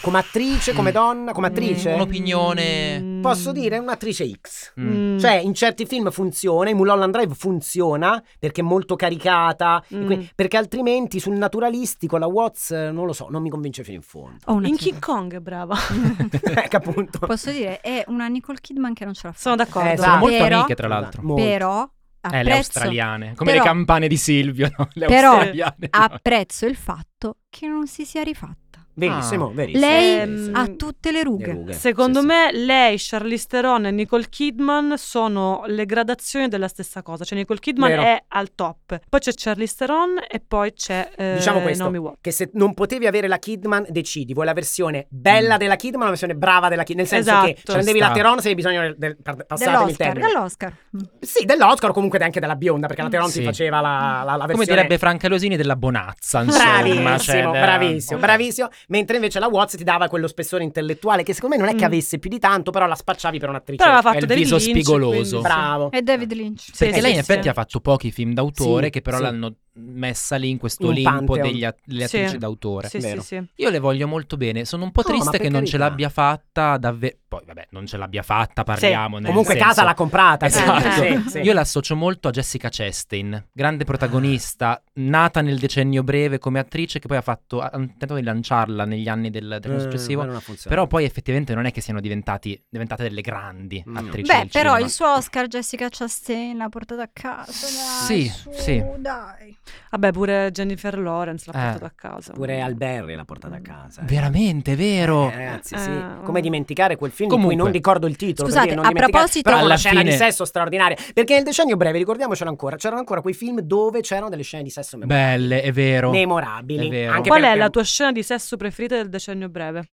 Speaker 5: Come attrice, come donna, come attrice?
Speaker 2: Mm. un'opinione-
Speaker 5: Posso dire, un'attrice X.
Speaker 2: Mm.
Speaker 1: Mm.
Speaker 5: Cioè, in certi film funziona, in Mulholland Drive funziona perché è molto caricata, e
Speaker 1: Mm.
Speaker 5: quindi- perché altrimenti sul naturalistico la Watts, eh, non lo so, non mi convince fino in fondo.
Speaker 4: ho una
Speaker 1: in
Speaker 4: teoria.
Speaker 1: King Kong, è brava.
Speaker 5: Ecco appunto.
Speaker 4: Oh, Posso dire, è una Nicole Kidman che non ce la fa.
Speaker 1: Sono d'accordo.
Speaker 5: Eh,
Speaker 2: Sono molto
Speaker 4: Però-
Speaker 2: amiche, tra l'altro.
Speaker 5: Molto.
Speaker 4: Però
Speaker 2: Eh, le
Speaker 4: apprezzo,
Speaker 2: australiane. Come
Speaker 4: però-
Speaker 2: le campane di Silvio, no? Le
Speaker 4: però-
Speaker 2: australiane. no?
Speaker 4: apprezzo il fatto che non si sia rifatta.
Speaker 5: Verissimo,
Speaker 2: Ah.
Speaker 5: verissimo.
Speaker 4: Lei
Speaker 5: verissimo.
Speaker 1: ha
Speaker 4: ha tutte le
Speaker 5: Le
Speaker 4: rughe.
Speaker 1: Secondo
Speaker 5: sì, sì.
Speaker 1: me lei, Charlize Theron e Nicole Kidman sono le gradazioni della stessa cosa. Cioè Nicole Kidman
Speaker 5: Vero.
Speaker 1: è al top, poi c'è Charlize Theron e poi c'è eh,
Speaker 5: Diciamo questo,
Speaker 1: Naomi Watts.
Speaker 5: che se non potevi avere la Kidman, decidi, vuoi la versione bella
Speaker 2: Mm.
Speaker 5: della Kidman o la versione brava della Kidman, nel senso
Speaker 1: Esatto.
Speaker 5: che prendevi
Speaker 2: Ci
Speaker 5: la
Speaker 2: sta.
Speaker 5: Teron se hai bisogno del, del- par- passatemi il
Speaker 4: Dell'Oscar,
Speaker 5: termine.
Speaker 4: dell'Oscar.
Speaker 5: Sì, dell'Oscar o comunque anche della bionda, perché la Teron
Speaker 2: Sì.
Speaker 5: ti faceva la, la, la
Speaker 2: Come
Speaker 5: versione
Speaker 2: direbbe Franca Losini della bonazza, insomma.
Speaker 5: Bravissimo,
Speaker 2: cioè, da-
Speaker 5: bravissimo, bravissimo. Mentre invece la Watts ti dava quello spessore intellettuale che secondo me non è che
Speaker 1: Mm.
Speaker 5: avesse più di tanto, però la spacciavi per un'attrice. Eh,
Speaker 1: Però l'ha
Speaker 2: È
Speaker 1: fatto
Speaker 2: il
Speaker 1: David
Speaker 2: viso
Speaker 1: Lynch,
Speaker 2: spigoloso.
Speaker 1: quindi sì.
Speaker 5: Bravo.
Speaker 4: E David Lynch.
Speaker 1: Sì,
Speaker 2: Perché
Speaker 1: sì,
Speaker 2: lei in
Speaker 1: sì,
Speaker 2: effetti
Speaker 1: sì.
Speaker 2: ha fatto pochi film d'autore
Speaker 5: Sì,
Speaker 2: che però
Speaker 5: sì.
Speaker 2: l'hanno messa lì in questo
Speaker 5: In un
Speaker 2: limbo
Speaker 5: pantheon.
Speaker 2: delle
Speaker 1: Sì.
Speaker 2: attrici d'autore.
Speaker 1: Sì, sì,
Speaker 5: Vero.
Speaker 1: sì.
Speaker 2: Io le voglio molto bene, sono un po'
Speaker 5: No, ma
Speaker 2: triste
Speaker 5: per
Speaker 2: che non ce
Speaker 5: carità.
Speaker 2: l'abbè fatta davvero. Poi vabbè, non ce l'abbia fatta, parliamo. nel
Speaker 5: Comunque
Speaker 2: senso-
Speaker 5: casa l'ha comprata. sì,
Speaker 2: Esatto.
Speaker 5: sì, sì.
Speaker 2: Io l'associo molto a Jessica Chastain, grande protagonista, nata nel decennio breve come attrice, che poi ha fatto. ha tentato di lanciarla negli anni del, del
Speaker 5: Eh, ma
Speaker 2: successivo.
Speaker 5: non ha funzionato.
Speaker 2: Però poi effettivamente non è che siano diventati, diventate delle grandi
Speaker 5: Mm.
Speaker 2: attrici.
Speaker 4: Beh,
Speaker 2: del
Speaker 4: però
Speaker 2: cinema.
Speaker 4: il suo Oscar Jessica Chastain l'ha portato a casa. Dai,
Speaker 2: Sì,
Speaker 4: su,
Speaker 2: sì.
Speaker 4: Dai.
Speaker 1: Vabbè, pure Jennifer Lawrence l'ha
Speaker 2: Eh.
Speaker 1: portata a casa. Mm.
Speaker 5: Pure Alberri l'ha portata a casa. eh.
Speaker 2: Veramente, vero.
Speaker 5: Eh, ragazzi,
Speaker 1: Eh,
Speaker 5: sì.
Speaker 1: eh.
Speaker 5: Come dimenticare quel film
Speaker 2: Comunque.
Speaker 5: di cui non ricordo il titolo?
Speaker 4: Scusate,
Speaker 5: per dire, non
Speaker 4: a
Speaker 5: dimenticare,
Speaker 4: proposito-
Speaker 5: però
Speaker 2: Alla
Speaker 5: una scena
Speaker 2: fine-
Speaker 5: di sesso straordinaria. Perché nel decennio breve, ricordiamocelo ancora, c'erano ancora quei film dove c'erano delle scene di sesso memorabili.
Speaker 2: Belle, è vero.
Speaker 5: Memorabili.
Speaker 2: È vero.
Speaker 5: Anche
Speaker 1: Qual è
Speaker 5: perché-
Speaker 1: la tua scena di sesso preferita del decennio breve?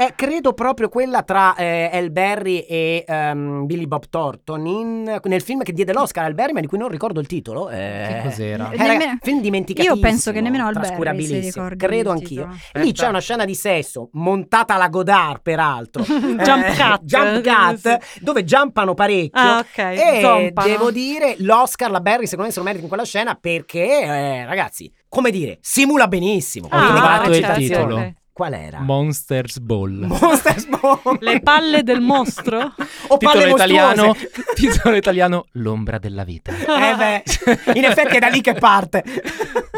Speaker 5: Eh, credo proprio quella tra eh, El Berry e ehm, Billy Bob Thornton in- nel film che diede l'Oscar a El Berry ma di cui non ricordo il titolo. eh.
Speaker 2: Che cos'era?
Speaker 5: Eh,
Speaker 4: Nemmeno-
Speaker 5: raga, film
Speaker 4: Io
Speaker 5: dimenticatissimo.
Speaker 4: penso che nemmeno Alberti si
Speaker 5: trascurabilissimo.
Speaker 4: ricordi.
Speaker 5: Credo
Speaker 4: il
Speaker 5: anch'io.
Speaker 4: titolo.
Speaker 5: Lì c'è una scena di sesso montata alla Godard, peraltro.
Speaker 1: Jump cut.
Speaker 5: Eh, jump cut, dove giampano parecchio.
Speaker 1: Ah, ok.
Speaker 5: E
Speaker 1: zompano.
Speaker 5: devo dire, l'Oscar, la Berry, secondo me se lo merita in quella scena perché, eh, ragazzi, come dire, simula benissimo.
Speaker 1: Ah,
Speaker 2: Ho trovato il
Speaker 1: ok, ok.
Speaker 2: titolo.
Speaker 5: Qual era?
Speaker 2: Monsters Ball.
Speaker 5: Monsters Ball.
Speaker 1: Le palle del mostro?
Speaker 5: o
Speaker 2: titolo
Speaker 5: palle
Speaker 2: italiano,
Speaker 5: mostruose.
Speaker 2: titolo italiano L'ombra della vita.
Speaker 5: Eh beh, in effetti è da lì che parte.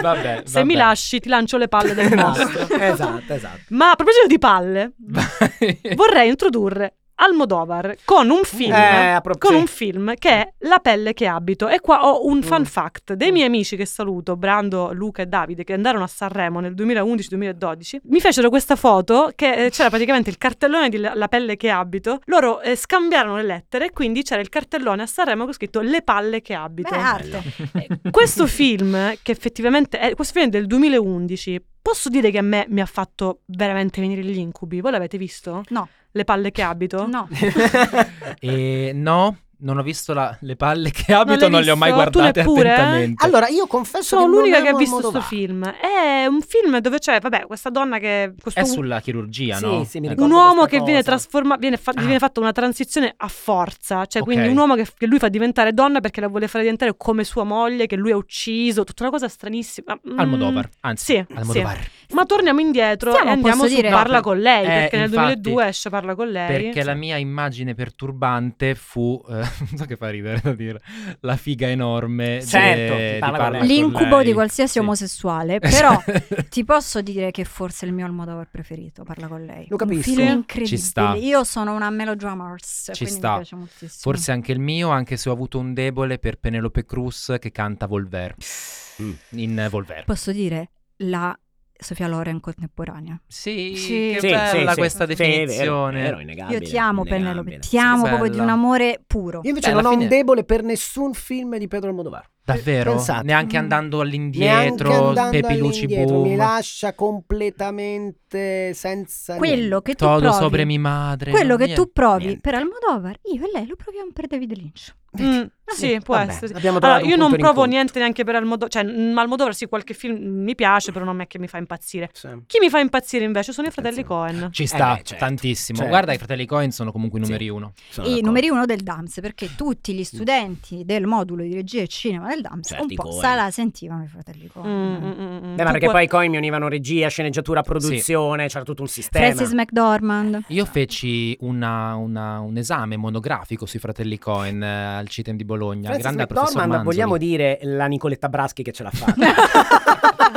Speaker 2: Vabbè,
Speaker 1: Se mi lasci ti lancio le palle del mostro.
Speaker 5: Esatto, esatto, esatto.
Speaker 1: Ma a proposito di palle,
Speaker 2: lasci
Speaker 1: vorrei introdurre Almodovar con un film,
Speaker 5: Eh, a pro-
Speaker 1: con
Speaker 5: sì.
Speaker 1: un film che è La pelle che abito. E qua ho un fun
Speaker 5: Mm.
Speaker 1: fact dei miei amici che saluto, Brando, Luca e Davide, che andarono a Sanremo nel 2011-2012. Mi fecero questa foto che eh, c'era praticamente il cartellone di La la pelle che abito. Loro eh, scambiarono le lettere e quindi c'era il cartellone a Sanremo con scritto Le palle che abito.
Speaker 4: Beh, arte.
Speaker 1: Eh, Questo film, che effettivamente è, questo film è del 2011, posso dire che a me mi ha fatto veramente venire gli incubi. Voi l'avete visto?
Speaker 4: No.
Speaker 5: Ecco
Speaker 1: Le palle che abito?
Speaker 4: No.
Speaker 2: no, Non ho visto la- le palle che abito,
Speaker 1: l'hai
Speaker 2: non, le ho mai
Speaker 1: visto? Tu
Speaker 2: guardate
Speaker 1: neppure?
Speaker 2: attentamente.
Speaker 5: Allora, io confesso
Speaker 1: Sono
Speaker 5: che non
Speaker 1: l'unica
Speaker 5: amo
Speaker 1: che ha visto questo
Speaker 5: Almodovar.
Speaker 1: film. È un film dove c'è, vabbè, questa donna che... questo
Speaker 2: È sulla chirurgia,
Speaker 5: Sì,
Speaker 2: no?
Speaker 5: sì, mi
Speaker 2: Eh,
Speaker 5: ricordo.
Speaker 1: un uomo
Speaker 5: questa
Speaker 1: che viene
Speaker 5: cosa.
Speaker 1: trasformato, viene fa- gli
Speaker 2: Ah.
Speaker 1: viene fatta una transizione a forza, cioè
Speaker 2: Ok.
Speaker 1: quindi un uomo che, che lui fa diventare donna perché la vuole fare diventare come sua moglie, che lui ha ucciso, tutta una cosa stranissima. Mm,
Speaker 2: Almodovar, anzi,
Speaker 1: sì,
Speaker 2: Almodovar.
Speaker 1: Ma torniamo indietro
Speaker 4: Stiamo,
Speaker 1: e andiamo
Speaker 4: posso
Speaker 1: su
Speaker 4: dire-
Speaker 1: Parla con lei,
Speaker 2: Eh,
Speaker 1: perché nel
Speaker 2: infatti,
Speaker 1: 2002 esce Parla con lei.
Speaker 2: Perché la mia immagine perturbante fu, eh, non so che fa ridere da dire, la figa enorme
Speaker 5: Certo,
Speaker 2: de-
Speaker 5: chi
Speaker 2: di
Speaker 5: parla con
Speaker 2: Parla
Speaker 5: lei.
Speaker 2: con
Speaker 4: L'incubo
Speaker 2: lei.
Speaker 4: di qualsiasi
Speaker 2: Sì.
Speaker 4: omosessuale, però
Speaker 2: Esatto.
Speaker 4: ti posso dire che forse è il mio Almodovar preferito, parla con lei.
Speaker 5: Lo capisco.
Speaker 4: Un film
Speaker 1: Sì.
Speaker 4: incredibile.
Speaker 2: Ci sta.
Speaker 4: Io sono una melodrammers,
Speaker 2: Ci
Speaker 4: quindi
Speaker 2: sta.
Speaker 4: mi piace moltissimo.
Speaker 2: Forse anche il mio, anche se ho avuto un debole per Penelope Cruz che canta Volver.
Speaker 5: Mm.
Speaker 2: In eh, Volver.
Speaker 4: posso dire la Sofia Loren contemporanea.
Speaker 2: Sì,
Speaker 4: Sì.
Speaker 2: che
Speaker 5: Sì, sì,
Speaker 2: bella
Speaker 5: sì.
Speaker 2: questa
Speaker 5: Sì, è vero,
Speaker 2: definizione.
Speaker 5: è vero, innegabile,
Speaker 4: Io ti amo
Speaker 5: innegabile.
Speaker 4: Penelope, ti amo
Speaker 2: bella.
Speaker 4: proprio di un amore puro.
Speaker 5: Io invece
Speaker 2: Beh,
Speaker 5: non
Speaker 2: alla
Speaker 5: ho un
Speaker 2: fine-
Speaker 5: debole per nessun film di Pedro Almodovar.
Speaker 2: Davvero?
Speaker 5: Pensate.
Speaker 2: Neanche
Speaker 4: Mm.
Speaker 2: andando
Speaker 5: Neanche
Speaker 2: all'indietro,
Speaker 5: andando
Speaker 2: Pepi Luci
Speaker 5: all'indietro, Mi
Speaker 2: Boom.
Speaker 5: lascia completamente senza
Speaker 4: Quello che tu
Speaker 2: Todo
Speaker 4: provi,
Speaker 2: sobre mi madre.
Speaker 4: quello
Speaker 2: no,
Speaker 4: che
Speaker 2: niente.
Speaker 4: tu provi
Speaker 2: Niente.
Speaker 4: per Almodovar, io e lei lo proviamo per David Lynch.
Speaker 1: Mm,
Speaker 4: Ah,
Speaker 1: sì, può
Speaker 5: Vabbè,
Speaker 1: essere.
Speaker 5: abbiamo
Speaker 1: Allora,
Speaker 5: trovato un
Speaker 1: io non
Speaker 5: punto
Speaker 1: provo
Speaker 5: d'incontro.
Speaker 1: niente neanche per Almodovar, cioè mm, Almodovar sì, qualche film mi piace, però non è che mi fa impazzire.
Speaker 5: Sì.
Speaker 1: Chi mi fa impazzire invece sono i fratelli
Speaker 5: Attenzione.
Speaker 1: Cohen.
Speaker 2: Ci sta,
Speaker 5: Eh beh, certo,
Speaker 2: tantissimo.
Speaker 5: certo.
Speaker 2: Guarda, i fratelli Cohen sono comunque i numeri uno.
Speaker 5: Sono
Speaker 4: I
Speaker 5: d'accordo.
Speaker 4: numeri uno del DAMS, perché tutti
Speaker 5: Mm.
Speaker 4: gli studenti del modulo di regia e cinema del DAMS
Speaker 5: Certo,
Speaker 4: un
Speaker 5: i
Speaker 4: po'
Speaker 5: Coen.
Speaker 4: se la sentivano i fratelli
Speaker 1: Mm,
Speaker 4: Cohen.
Speaker 1: mm, mm, mm.
Speaker 5: Beh, Cioè, eh, ma
Speaker 1: Tu
Speaker 5: perché
Speaker 1: puoi-
Speaker 5: poi i coin mi univano regia, sceneggiatura, produzione, c'era tutto un sistema.
Speaker 4: Francis McDormand.
Speaker 2: Io
Speaker 5: Esatto.
Speaker 2: feci una- una- un esame monografico sui fratelli Cohen eh, al CITEM di Bologna.
Speaker 5: Francis
Speaker 2: grande al professor
Speaker 5: McDormand,
Speaker 2: Manzoli.
Speaker 5: vogliamo dire la Nicoletta Braschi che ce l'ha fatta.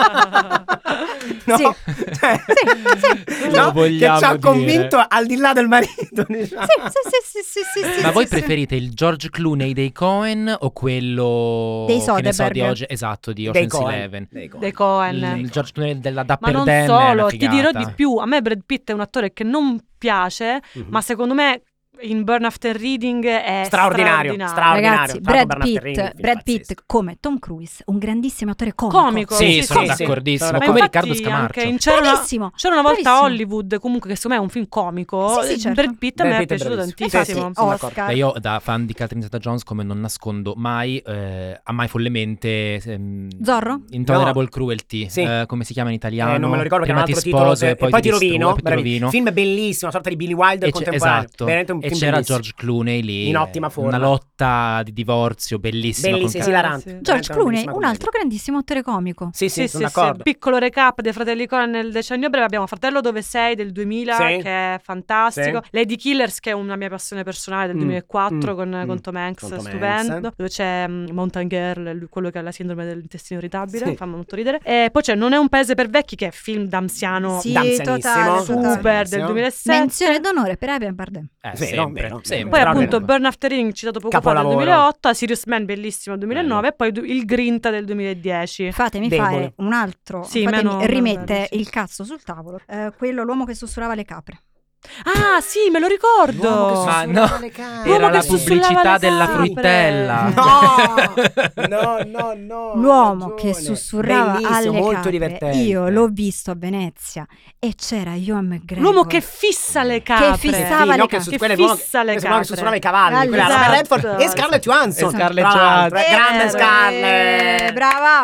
Speaker 5: no?
Speaker 4: Sì. Sì, sì,
Speaker 2: Lo
Speaker 5: Cioè, No? Che ci
Speaker 2: vogliamo
Speaker 5: ha
Speaker 2: dire.
Speaker 5: convinto al di là del marito. diciamo.
Speaker 4: Sì, sì, sì, sì, sì, sì, sì,
Speaker 2: Ma voi
Speaker 4: sì,
Speaker 2: preferite il George Clooney dei Cohen o quello
Speaker 4: Dei
Speaker 2: che ne so, di
Speaker 4: Soderbergh.
Speaker 2: Oce- esatto, di
Speaker 5: Dei
Speaker 2: Ocean's
Speaker 5: Coen.
Speaker 2: Eleven?
Speaker 5: Dei Coen.
Speaker 1: Dei Cohen.
Speaker 2: Il, il George Clooney della
Speaker 1: Ma
Speaker 2: Dapper
Speaker 1: non
Speaker 2: Dan è una
Speaker 1: solo, ti dirò
Speaker 2: figata.
Speaker 1: di più. A me Brad Pitt è un attore che non piace,
Speaker 5: Mhm.
Speaker 1: ma secondo me in Burn After Reading è
Speaker 5: Straordinario,
Speaker 4: sì.
Speaker 5: straordinario.
Speaker 4: Ragazzi,
Speaker 5: Tra l'altro
Speaker 4: Brad
Speaker 5: Bernard Herrmann,
Speaker 4: Pitt,
Speaker 5: film
Speaker 4: Brad
Speaker 5: pazzesco.
Speaker 4: Pitt come Tom Cruise, un grandissimo attore comico.
Speaker 1: Comico.
Speaker 2: Sì,
Speaker 5: Sì,
Speaker 2: sono
Speaker 5: sì, sì.
Speaker 2: d'accordissimo. Come
Speaker 5: Sono
Speaker 1: Ma infatti
Speaker 2: Riccardo Scamarcio.
Speaker 1: anche in c'era una,
Speaker 4: Bravissimo.
Speaker 1: c'era una volta a
Speaker 4: Bravissimo.
Speaker 1: Hollywood, comunque che secondo me è un film comico.
Speaker 4: Sì, sì, certo.
Speaker 1: Brad Pitt a
Speaker 5: Brad
Speaker 1: me è
Speaker 5: Pitt è
Speaker 1: piaciuto
Speaker 5: bravissimo.
Speaker 4: Infatti,
Speaker 1: tantissimo.
Speaker 5: Sì, sono
Speaker 4: Oscar.
Speaker 2: Beh, io da fan di Catherine Zeta-Jones, come non nascondo mai, eh, ha mai follemente... ehm,
Speaker 4: Zorro?
Speaker 2: Intolerable
Speaker 5: No.
Speaker 2: Cruelty,
Speaker 5: Sì.
Speaker 2: eh, come si chiama in italiano?
Speaker 5: Eh, non me lo ricordo
Speaker 2: Prima
Speaker 5: perché
Speaker 2: ti
Speaker 5: era un altro titolo
Speaker 2: sposo e
Speaker 5: e
Speaker 2: poi, ti
Speaker 5: rovino,
Speaker 2: distruggo, poi ti
Speaker 5: bravi.
Speaker 2: rovino.
Speaker 5: film bellissimo una sorta di Billy Wilder
Speaker 2: E c'è-
Speaker 5: contemporaneo
Speaker 2: esatto,
Speaker 5: veramente un
Speaker 2: e
Speaker 5: film
Speaker 2: c'era
Speaker 5: bellissimo.
Speaker 2: George Clooney lì
Speaker 5: In
Speaker 2: eh,
Speaker 5: ottima forma.
Speaker 2: Una lotta di divorzio bellissima con
Speaker 5: bellissimo
Speaker 2: Cat-
Speaker 5: esilarante
Speaker 1: George
Speaker 4: George
Speaker 5: veramente una
Speaker 4: Clooney,
Speaker 5: bellissima
Speaker 4: un
Speaker 5: commedia.
Speaker 4: altro grandissimo attore comico.
Speaker 5: sì
Speaker 1: Sì,
Speaker 5: sì,
Speaker 1: sì,
Speaker 5: sono
Speaker 1: sì.
Speaker 5: d'accordo
Speaker 1: Piccolo recap dei Fratelli Cohen nel decennio breve. Abbiamo Fratello dove sei del 2000,
Speaker 5: Sì.
Speaker 1: che è fantastico.
Speaker 5: Sì.
Speaker 1: Lady Killers, che è una mia passione personale del
Speaker 5: Mm,
Speaker 1: 2004
Speaker 5: mm,
Speaker 1: con, con
Speaker 5: mm.
Speaker 1: Tom Hanks,
Speaker 5: Con Tom
Speaker 1: stupendo.
Speaker 5: Hanks.
Speaker 1: Dove c'è mm, Mountain Girl, lui- quello che ha la sindrome dell'intestino irritabile,
Speaker 5: Sì.
Speaker 1: fa molto ridere. E poi c'è Non è un paese per vecchi, che è film d'anziano
Speaker 4: Sì,
Speaker 5: Danzanissimo,
Speaker 4: totale,
Speaker 1: super
Speaker 5: totale.
Speaker 1: del 2007.
Speaker 4: Menzione d'onore per Abian Bardem.
Speaker 2: Eh,
Speaker 5: Vero,
Speaker 2: sempre,
Speaker 5: vero.
Speaker 2: sempre.
Speaker 1: Poi
Speaker 5: Bravo,
Speaker 1: appunto
Speaker 5: bravo.
Speaker 1: Burn After Reading citato poco fa del
Speaker 5: Capolavoro.
Speaker 1: 2008, Serious Man bellissimo del 2009 e poi du- il Grinta del 2010.
Speaker 4: Fatemi
Speaker 5: Debole.
Speaker 4: fare un altro,
Speaker 1: Sì,
Speaker 4: fatemi
Speaker 1: meno- meno
Speaker 4: rimettere
Speaker 1: bello,
Speaker 4: il cazzo sul tavolo. Eh, quello, l'uomo che sussurrava le capre.
Speaker 1: Ah sì, me lo ricordo.
Speaker 2: che Ma no,
Speaker 1: L'uomo
Speaker 2: Era la
Speaker 1: che sussurrava
Speaker 2: pubblicità
Speaker 1: le
Speaker 2: della
Speaker 1: capre.
Speaker 2: fruttella.
Speaker 5: no no no
Speaker 4: L'uomo
Speaker 5: hai
Speaker 4: che
Speaker 5: ragione.
Speaker 4: sussurrava alle
Speaker 5: Bellissimo, molto
Speaker 4: capre.
Speaker 5: divertente
Speaker 4: Io l'ho visto a Venezia e c'era Ewan McGregor.
Speaker 1: L'uomo che fissa le capre.
Speaker 5: Sì,
Speaker 4: fissava le
Speaker 5: no,
Speaker 4: capre.
Speaker 5: che, su,
Speaker 1: Che
Speaker 5: quella è l'uomo
Speaker 1: fissa le
Speaker 5: che- quella è l'uomo
Speaker 1: capre.
Speaker 5: che sussurrava i cavalli
Speaker 4: Esatto.
Speaker 5: quella era Robert Redford e Scarlett Johansson
Speaker 2: E Scarlett
Speaker 5: tra l'altro, eh,
Speaker 2: Johansson.
Speaker 5: grande
Speaker 4: Eh,
Speaker 5: Scarlett
Speaker 4: Brava.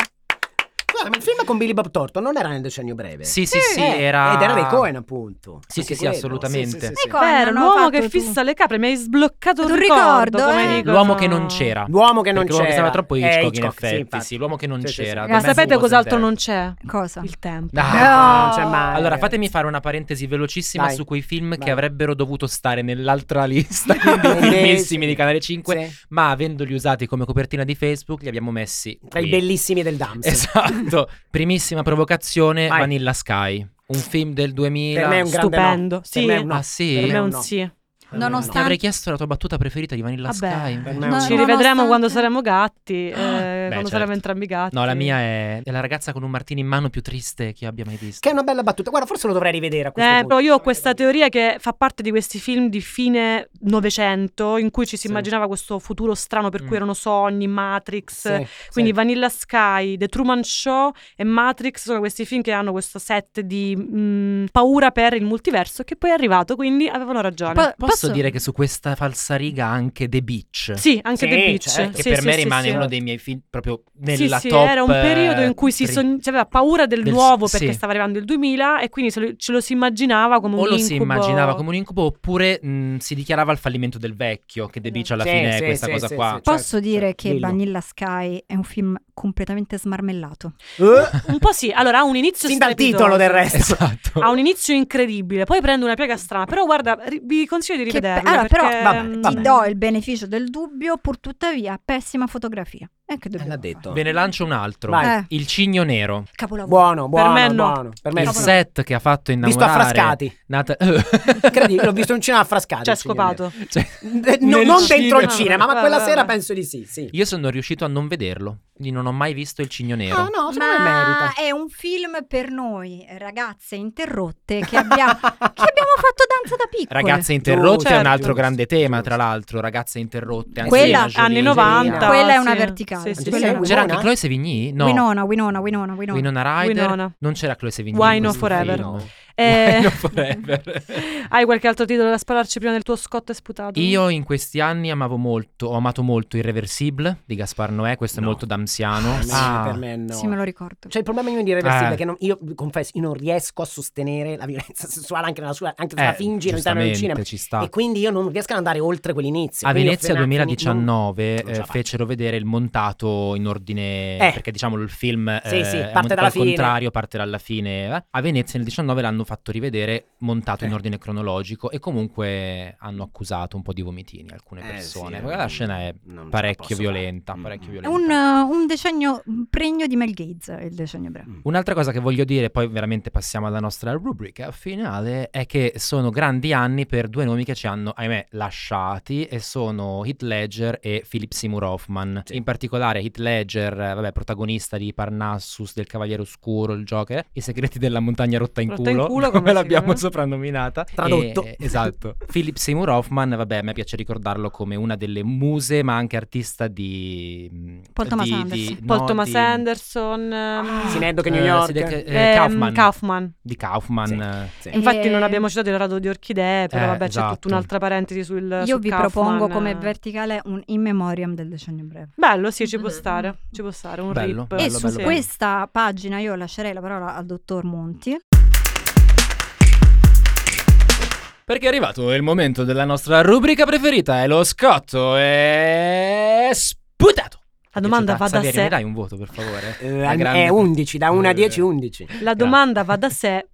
Speaker 5: Guarda, ma il film con Billy Bob Thornton non era nel decennio breve
Speaker 2: Sì, sì, sì,
Speaker 5: Eh,
Speaker 2: era...
Speaker 5: ed era dei Cohen appunto
Speaker 2: Sì,
Speaker 5: Anche
Speaker 2: sì, sì,
Speaker 5: quello.
Speaker 2: assolutamente.
Speaker 5: Sì, sì, sì, sì.
Speaker 4: Ecco,
Speaker 1: Vero,
Speaker 4: non ho
Speaker 1: l'uomo
Speaker 4: fatto
Speaker 1: che
Speaker 4: tu.
Speaker 1: fissa le capre, mi hai sbloccato un
Speaker 4: Un
Speaker 1: ricordo.
Speaker 4: ricordo,
Speaker 1: come
Speaker 4: eh.
Speaker 1: dicono.
Speaker 2: Ecco. L'uomo che non c'era.
Speaker 5: L'uomo che non
Speaker 2: Perché l'uomo che
Speaker 5: c'era.
Speaker 2: sembra troppo
Speaker 5: Eh,
Speaker 2: Hitchcock, in
Speaker 5: sì,
Speaker 2: effetti,
Speaker 5: infatti.
Speaker 2: sì, l'uomen che non
Speaker 5: Sì, sì,
Speaker 2: c'era.
Speaker 5: sì.
Speaker 2: The
Speaker 1: Ma
Speaker 2: Man Who
Speaker 1: Eh, sapete
Speaker 2: Wasn't
Speaker 1: cos'altro
Speaker 2: There.
Speaker 1: non c'è?
Speaker 4: Cosa?
Speaker 1: Il tempo.
Speaker 2: Ah.
Speaker 5: Non c'è mai.
Speaker 2: Allora, fatemi fare una parentesi velocissima
Speaker 5: Vai.
Speaker 2: su quei film
Speaker 5: Vai.
Speaker 2: che avrebbero dovuto stare nell'altra lista, quindi
Speaker 5: Sì.
Speaker 2: filmissimi di Canale 5,
Speaker 5: Sì.
Speaker 2: ma avendoli usati come copertina di Facebook li abbiamo messi
Speaker 5: Tra i
Speaker 2: qui.
Speaker 5: bellissimi del Dams.
Speaker 2: Esatto. Primissima provocazione,
Speaker 5: Vai.
Speaker 2: Vanilla Sky, un film del 2000.
Speaker 5: Per me è un grande
Speaker 1: Stupendo.
Speaker 5: no.
Speaker 1: Sì.
Speaker 5: Per me è un no.
Speaker 2: Ah, sì?
Speaker 5: Per
Speaker 1: Per me è
Speaker 5: un
Speaker 1: un
Speaker 5: no.
Speaker 1: sì.
Speaker 5: Per me è un
Speaker 2: Ti
Speaker 4: Nonostante-
Speaker 2: avrei chiesto la tua battuta preferita di Vanilla
Speaker 1: Vabbè.
Speaker 2: Sky.
Speaker 5: Per
Speaker 2: invece.
Speaker 5: me è un
Speaker 4: No,
Speaker 1: Ci
Speaker 4: no.
Speaker 1: rivedremo
Speaker 4: nonostante-
Speaker 1: quando saremo gatti. eh, quando
Speaker 2: certo.
Speaker 1: saremo entrambi gatti.
Speaker 2: No, la mia è... è la ragazza con un martini in mano più triste che io abbia mai visto.
Speaker 5: Che è una bella battuta. Guarda, forse lo dovrei rivedere a questo
Speaker 1: Eh,
Speaker 5: punto.
Speaker 1: però io ho questa teoria che fa parte di questi film di fine Novecento in cui ci si
Speaker 2: Sì.
Speaker 1: immaginava questo futuro strano per cui
Speaker 2: Mm.
Speaker 1: erano sogni, Matrix.
Speaker 5: Sì,
Speaker 1: Quindi
Speaker 5: sì.
Speaker 1: Vanilla Sky, The Truman Show e Matrix sono questi film che hanno questo set di mm, paura per il multiverso che poi è arrivato, quindi avevano ragione.
Speaker 4: Po-
Speaker 2: Posso
Speaker 4: posso-
Speaker 2: dire che su questa falsariga anche The Beach,
Speaker 1: sì, anche
Speaker 5: Sì,
Speaker 1: The Beach.
Speaker 5: certo.
Speaker 2: cioè, che
Speaker 1: Sì,
Speaker 2: per
Speaker 1: sì,
Speaker 2: me
Speaker 1: sì,
Speaker 2: rimane
Speaker 1: sì.
Speaker 2: uno dei miei film proprio
Speaker 1: Sì,
Speaker 2: nella
Speaker 1: sì,
Speaker 2: top
Speaker 1: era un periodo in cui si,
Speaker 2: eh,
Speaker 1: sogn- si aveva paura del,
Speaker 2: Del-
Speaker 1: nuovo perché
Speaker 2: sì.
Speaker 1: stava arrivando il 2000 e quindi se lo- ce lo si immaginava come un
Speaker 2: o lo
Speaker 1: incubo.
Speaker 2: si immaginava come un incubo oppure mh, si dichiarava il fallimento del vecchio che The Beach alla
Speaker 5: Sì,
Speaker 2: fine
Speaker 5: sì,
Speaker 2: è questa
Speaker 5: sì,
Speaker 2: cosa
Speaker 5: sì,
Speaker 2: qua
Speaker 5: sì.
Speaker 4: Posso
Speaker 5: certo,
Speaker 4: dire
Speaker 5: certo,
Speaker 4: che
Speaker 5: dillo.
Speaker 4: Vanilla Sky è un film completamente smarmellato.
Speaker 5: Eh,
Speaker 1: un po' sì, allora ha un inizio
Speaker 5: Sin dal
Speaker 1: strepitoso.
Speaker 5: titolo del resto.
Speaker 2: esatto
Speaker 1: Ha un inizio incredibile, poi prende una piega strana. Però guarda, ri- vi consiglio di
Speaker 4: Che pe-
Speaker 1: rivederlo.
Speaker 4: allora, però
Speaker 1: perché,
Speaker 5: vabbè,
Speaker 1: mm,
Speaker 4: ti
Speaker 5: vabbè.
Speaker 4: do il beneficio del dubbio, pur tuttavia, pessima fotografia. E che dobbiamo
Speaker 5: L'ha
Speaker 4: fare?
Speaker 5: detto.
Speaker 2: ve ne lancio un altro
Speaker 5: Vai.
Speaker 4: Eh.
Speaker 2: il cigno nero
Speaker 4: Capolavoro.
Speaker 5: Buono, buono,
Speaker 1: me no.
Speaker 5: buono. Per me
Speaker 2: il
Speaker 5: sì.
Speaker 4: Cavolo.
Speaker 2: set che ha fatto
Speaker 5: Visto a
Speaker 2: innamorare
Speaker 5: Frascati.
Speaker 2: Nata-
Speaker 5: Credi, l'ho visto in cinema a Frascati.
Speaker 1: Cioè,
Speaker 5: il signor Nero.
Speaker 1: scopato.
Speaker 2: Cioè,
Speaker 5: Eh, no,
Speaker 2: Nel
Speaker 5: non dentro
Speaker 2: cinema. Ah,
Speaker 5: il cinema, ma
Speaker 1: Vabbè,
Speaker 5: quella
Speaker 1: vabbè.
Speaker 5: sera penso di sì, sì.
Speaker 2: io sono riuscito a non vederlo quindi non ho mai visto il cigno nero
Speaker 5: Ah, no, secondo me
Speaker 4: Ma
Speaker 5: merita.
Speaker 4: è un film per noi, ragazze interrotte, che abbiamo, che abbiamo fatto danza da piccole.
Speaker 2: Ragazze interrotte è un
Speaker 1: certo.
Speaker 2: altro grande tema,
Speaker 5: Giusto.
Speaker 2: tra l'altro, ragazze interrotte. anche
Speaker 4: Quella-
Speaker 2: di Angelina
Speaker 1: anni
Speaker 2: Jolie.
Speaker 1: 90.
Speaker 4: Quella è
Speaker 1: sì.
Speaker 4: una verticale.
Speaker 1: Sì, sì,
Speaker 5: Quella
Speaker 1: sì.
Speaker 5: è una-
Speaker 2: C'era anche
Speaker 5: Winona?
Speaker 2: Chloe Sevigny? No.
Speaker 4: Winona, Winona, Winona, Winona.
Speaker 2: Winona Ryder.
Speaker 1: Winona.
Speaker 2: Non c'era Chloe Sevigny. in
Speaker 1: Wino
Speaker 2: questo
Speaker 1: Forever.
Speaker 2: film.
Speaker 1: Eh,
Speaker 2: Wino Forever.
Speaker 1: Hai qualche altro titolo da spararci prima del tuo scotto e sputato?
Speaker 2: Io in questi anni amavo molto, ho amato molto Irreversible di Gaspar Noè, questo
Speaker 5: No.
Speaker 2: è molto damsiano.
Speaker 5: Per me-
Speaker 2: Ah.
Speaker 5: Per me no.
Speaker 4: Sì, me lo ricordo.
Speaker 5: Cioè, il problema mio di irreversibile
Speaker 2: Eh.
Speaker 5: è che non- io confesso, io non riesco a sostenere la violenza sessuale anche nella sua anche nella
Speaker 2: Eh,
Speaker 5: fingi all'interno del
Speaker 2: giustamente, esatto.
Speaker 5: cinema.
Speaker 2: ci sta.
Speaker 5: E quindi io non riesco ad andare oltre quell'inizio.
Speaker 2: A
Speaker 5: Quindi ho
Speaker 2: Venezia
Speaker 5: fina- fini-
Speaker 2: 2019
Speaker 5: non ce la
Speaker 2: eh,
Speaker 5: faccio.
Speaker 2: fecero vedere il montato in ordine,
Speaker 5: Eh.
Speaker 2: perché diciamo il film
Speaker 5: Sì,
Speaker 2: eh,
Speaker 5: sì,
Speaker 2: è
Speaker 5: parte
Speaker 2: montato
Speaker 5: dalla
Speaker 2: al
Speaker 5: fine.
Speaker 2: contrario, parte dalla fine. eh. A Venezia nel 19 l'hanno fatto rivedere montato in
Speaker 5: Eh.
Speaker 2: ordine cronologico e comunque hanno accusato un po' di vomitini alcune
Speaker 5: Eh,
Speaker 2: persone.
Speaker 5: sì,
Speaker 2: Perché
Speaker 5: non-
Speaker 2: la scena è
Speaker 5: non ce la
Speaker 2: parecchio
Speaker 5: posso fare.
Speaker 2: violenta,
Speaker 5: Mm,
Speaker 2: parecchio
Speaker 5: mm.
Speaker 4: È
Speaker 2: violenta.
Speaker 4: un, eh, un decennio pregno di Mel Gates, il decennio breve.
Speaker 1: Mm.
Speaker 2: Un'altra cosa che voglio dire, poi veramente passiamo alla nostra rubrica finale, è che sono grandi anni per due nomi che ci hanno, ahimè, lasciati e sono Heath Ledger e Philip Seymour Hoffman. In particolare Heath Ledger, eh, vabbè, protagonista di Parnassus, del Cavaliere Oscuro, il Joker, I segreti della montagna rotta in
Speaker 1: Rotta in
Speaker 2: culo,
Speaker 1: culo, come
Speaker 2: come
Speaker 1: si
Speaker 2: l'abbiamo
Speaker 1: chiama?
Speaker 2: soprannominata.
Speaker 5: Tradotto.
Speaker 2: E- esatto. Philip Seymour Hoffman, vabbè, a me piace ricordarlo come una delle muse, ma anche artista di...
Speaker 4: Paul Thomas
Speaker 2: di- di-
Speaker 4: Anderson.
Speaker 2: no,
Speaker 1: Paul Thomas
Speaker 2: di-
Speaker 1: Anderson. ehm,
Speaker 5: Sinead che New
Speaker 2: eh,
Speaker 5: York.
Speaker 2: si dice- eh,
Speaker 1: ehm,
Speaker 2: Kaufman.
Speaker 1: Kaufman.
Speaker 2: di Kaufman.
Speaker 5: Sì.
Speaker 2: eh.
Speaker 5: Sì.
Speaker 1: Infatti
Speaker 4: Eh,
Speaker 1: non abbiamo citato il rado di orchidee, però
Speaker 2: eh,
Speaker 1: vabbè c'è
Speaker 2: esatto.
Speaker 1: tutta un'altra parentesi sul
Speaker 4: Io
Speaker 1: su
Speaker 4: vi
Speaker 1: Kaufman.
Speaker 4: propongo come verticale un in memoriam del decennio breve.
Speaker 1: Bello, sì, ci può stare, ci può stare, un
Speaker 2: Bello,
Speaker 1: rip.
Speaker 2: bello,
Speaker 4: Mm. e su
Speaker 2: bello.
Speaker 4: questa pagina io lascerei la parola al dottor Monti.
Speaker 2: Perché è arrivato il momento della nostra rubrica preferita, è lo scotto e sputato.
Speaker 1: La domanda va da
Speaker 2: Saverio,
Speaker 1: sé.
Speaker 2: Mi dai un voto, per favore?
Speaker 5: Eh,
Speaker 2: La
Speaker 5: al-
Speaker 2: grande-
Speaker 5: È 11, da 1 a
Speaker 2: Eh.
Speaker 5: 10, 11.
Speaker 1: La domanda va da sé.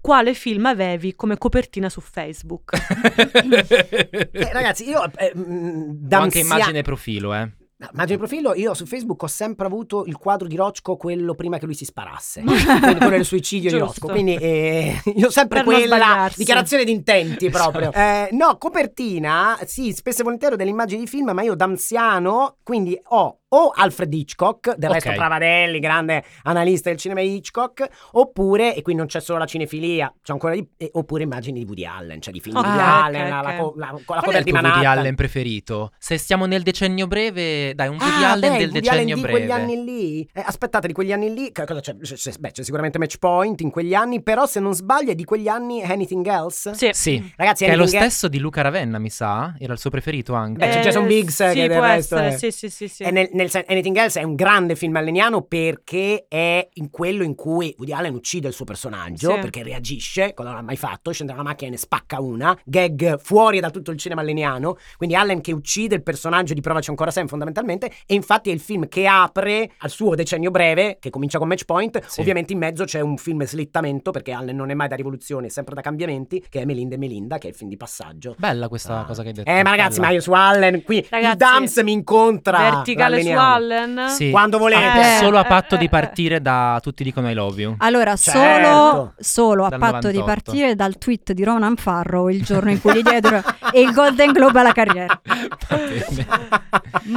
Speaker 1: Quale film avevi come copertina su Facebook?
Speaker 5: Eh, ragazzi, io eh, mm,
Speaker 2: Ho anche
Speaker 5: d'ansia-
Speaker 2: immagine e profilo, eh.
Speaker 5: No, immagine profilo, io su Facebook ho sempre avuto il quadro di Rocco, quello prima che lui si sparasse, Quindi quello del suicidio di
Speaker 1: Giusto.
Speaker 5: Rocco. Quindi eh, io ho sempre
Speaker 1: Per non
Speaker 5: quella
Speaker 1: sbagliarsi.
Speaker 5: dichiarazione di intenti proprio. Eh, no, copertina, sì, spesso e volentieri ho delle immagini di film, ma io da anziano, quindi ho o Alfred Hitchcock, del
Speaker 2: Ok.
Speaker 5: resto Travadelli, grande analista del cinema Hitchcock, oppure, e qui non c'è solo la cinefilia, c'è ancora di, eh, oppure immagini di Woody Allen, cioè di film di
Speaker 1: Ok,
Speaker 5: Woody Allen,
Speaker 1: ok,
Speaker 5: la, la,
Speaker 1: ok.
Speaker 5: co- la- con la
Speaker 2: Qual è
Speaker 5: coda
Speaker 2: il
Speaker 5: di
Speaker 2: tuo Woody
Speaker 5: Manhattan.
Speaker 2: Allen preferito? Se stiamo nel decennio breve, dai, un Woody
Speaker 5: Ah,
Speaker 2: Allen
Speaker 5: beh,
Speaker 2: del
Speaker 5: Woody
Speaker 2: decennio
Speaker 5: Allen di
Speaker 2: breve.
Speaker 5: quegli anni lì. Eh, aspettate, di quegli anni lì. che Cosa c'è? C'è, c'è- beh, c'è sicuramente match point in quegli anni, però se non sbaglio è di quegli anni Anything Else.
Speaker 1: Sì.
Speaker 2: Sì,
Speaker 5: Ragazzi,
Speaker 2: che è lo
Speaker 5: Anything Else-
Speaker 2: stesso di Luca Ravenna, mi sa? Era il suo preferito anche.
Speaker 5: Beh, c'è
Speaker 1: Eh,
Speaker 5: Jason Biggs,
Speaker 1: sì,
Speaker 5: che del
Speaker 1: può
Speaker 5: resto
Speaker 1: essere,
Speaker 5: è-
Speaker 1: sì, sì, sì, sì.
Speaker 5: è nel- nel sen- Anything Else è un grande film alleniano perché è in quello in cui Woody Allen uccide il suo personaggio
Speaker 1: Sì.
Speaker 5: perché reagisce, cosa non ha mai fatto, scende dalla macchina e ne spacca una, gag fuori da tutto il cinema alleniano, quindi Allen che uccide il personaggio di Provaci ancora Sam fondamentalmente e infatti è il film che apre al suo decennio breve che comincia con Match Point,
Speaker 2: Sì.
Speaker 5: ovviamente in mezzo c'è un film slittamento perché Allen non è mai da rivoluzione, è sempre da cambiamenti, che è Melinda e Melinda, che è il film di passaggio
Speaker 2: Bella questa
Speaker 5: Ah.
Speaker 2: cosa che hai detto.
Speaker 5: eh, ma ragazzi,
Speaker 2: bella.
Speaker 5: ma io su Allen qui
Speaker 1: Ragazzi,
Speaker 5: il Dams mi incontra.
Speaker 1: Verticale
Speaker 5: Leniano.
Speaker 1: Allen.
Speaker 2: Sì.
Speaker 5: Quando volete.
Speaker 2: Ah, Solo a
Speaker 1: Eh,
Speaker 2: patto
Speaker 1: eh, Ah, eh.
Speaker 2: di partire da Tutti dicono I love you.
Speaker 4: Allora,
Speaker 5: Certo.
Speaker 4: solo, solo a
Speaker 2: Dal
Speaker 4: patto di
Speaker 2: 98.
Speaker 4: partire dal tweet di Ronan Farrow il giorno in cui gli diedero il Golden Globe alla carriera.
Speaker 2: Va bene.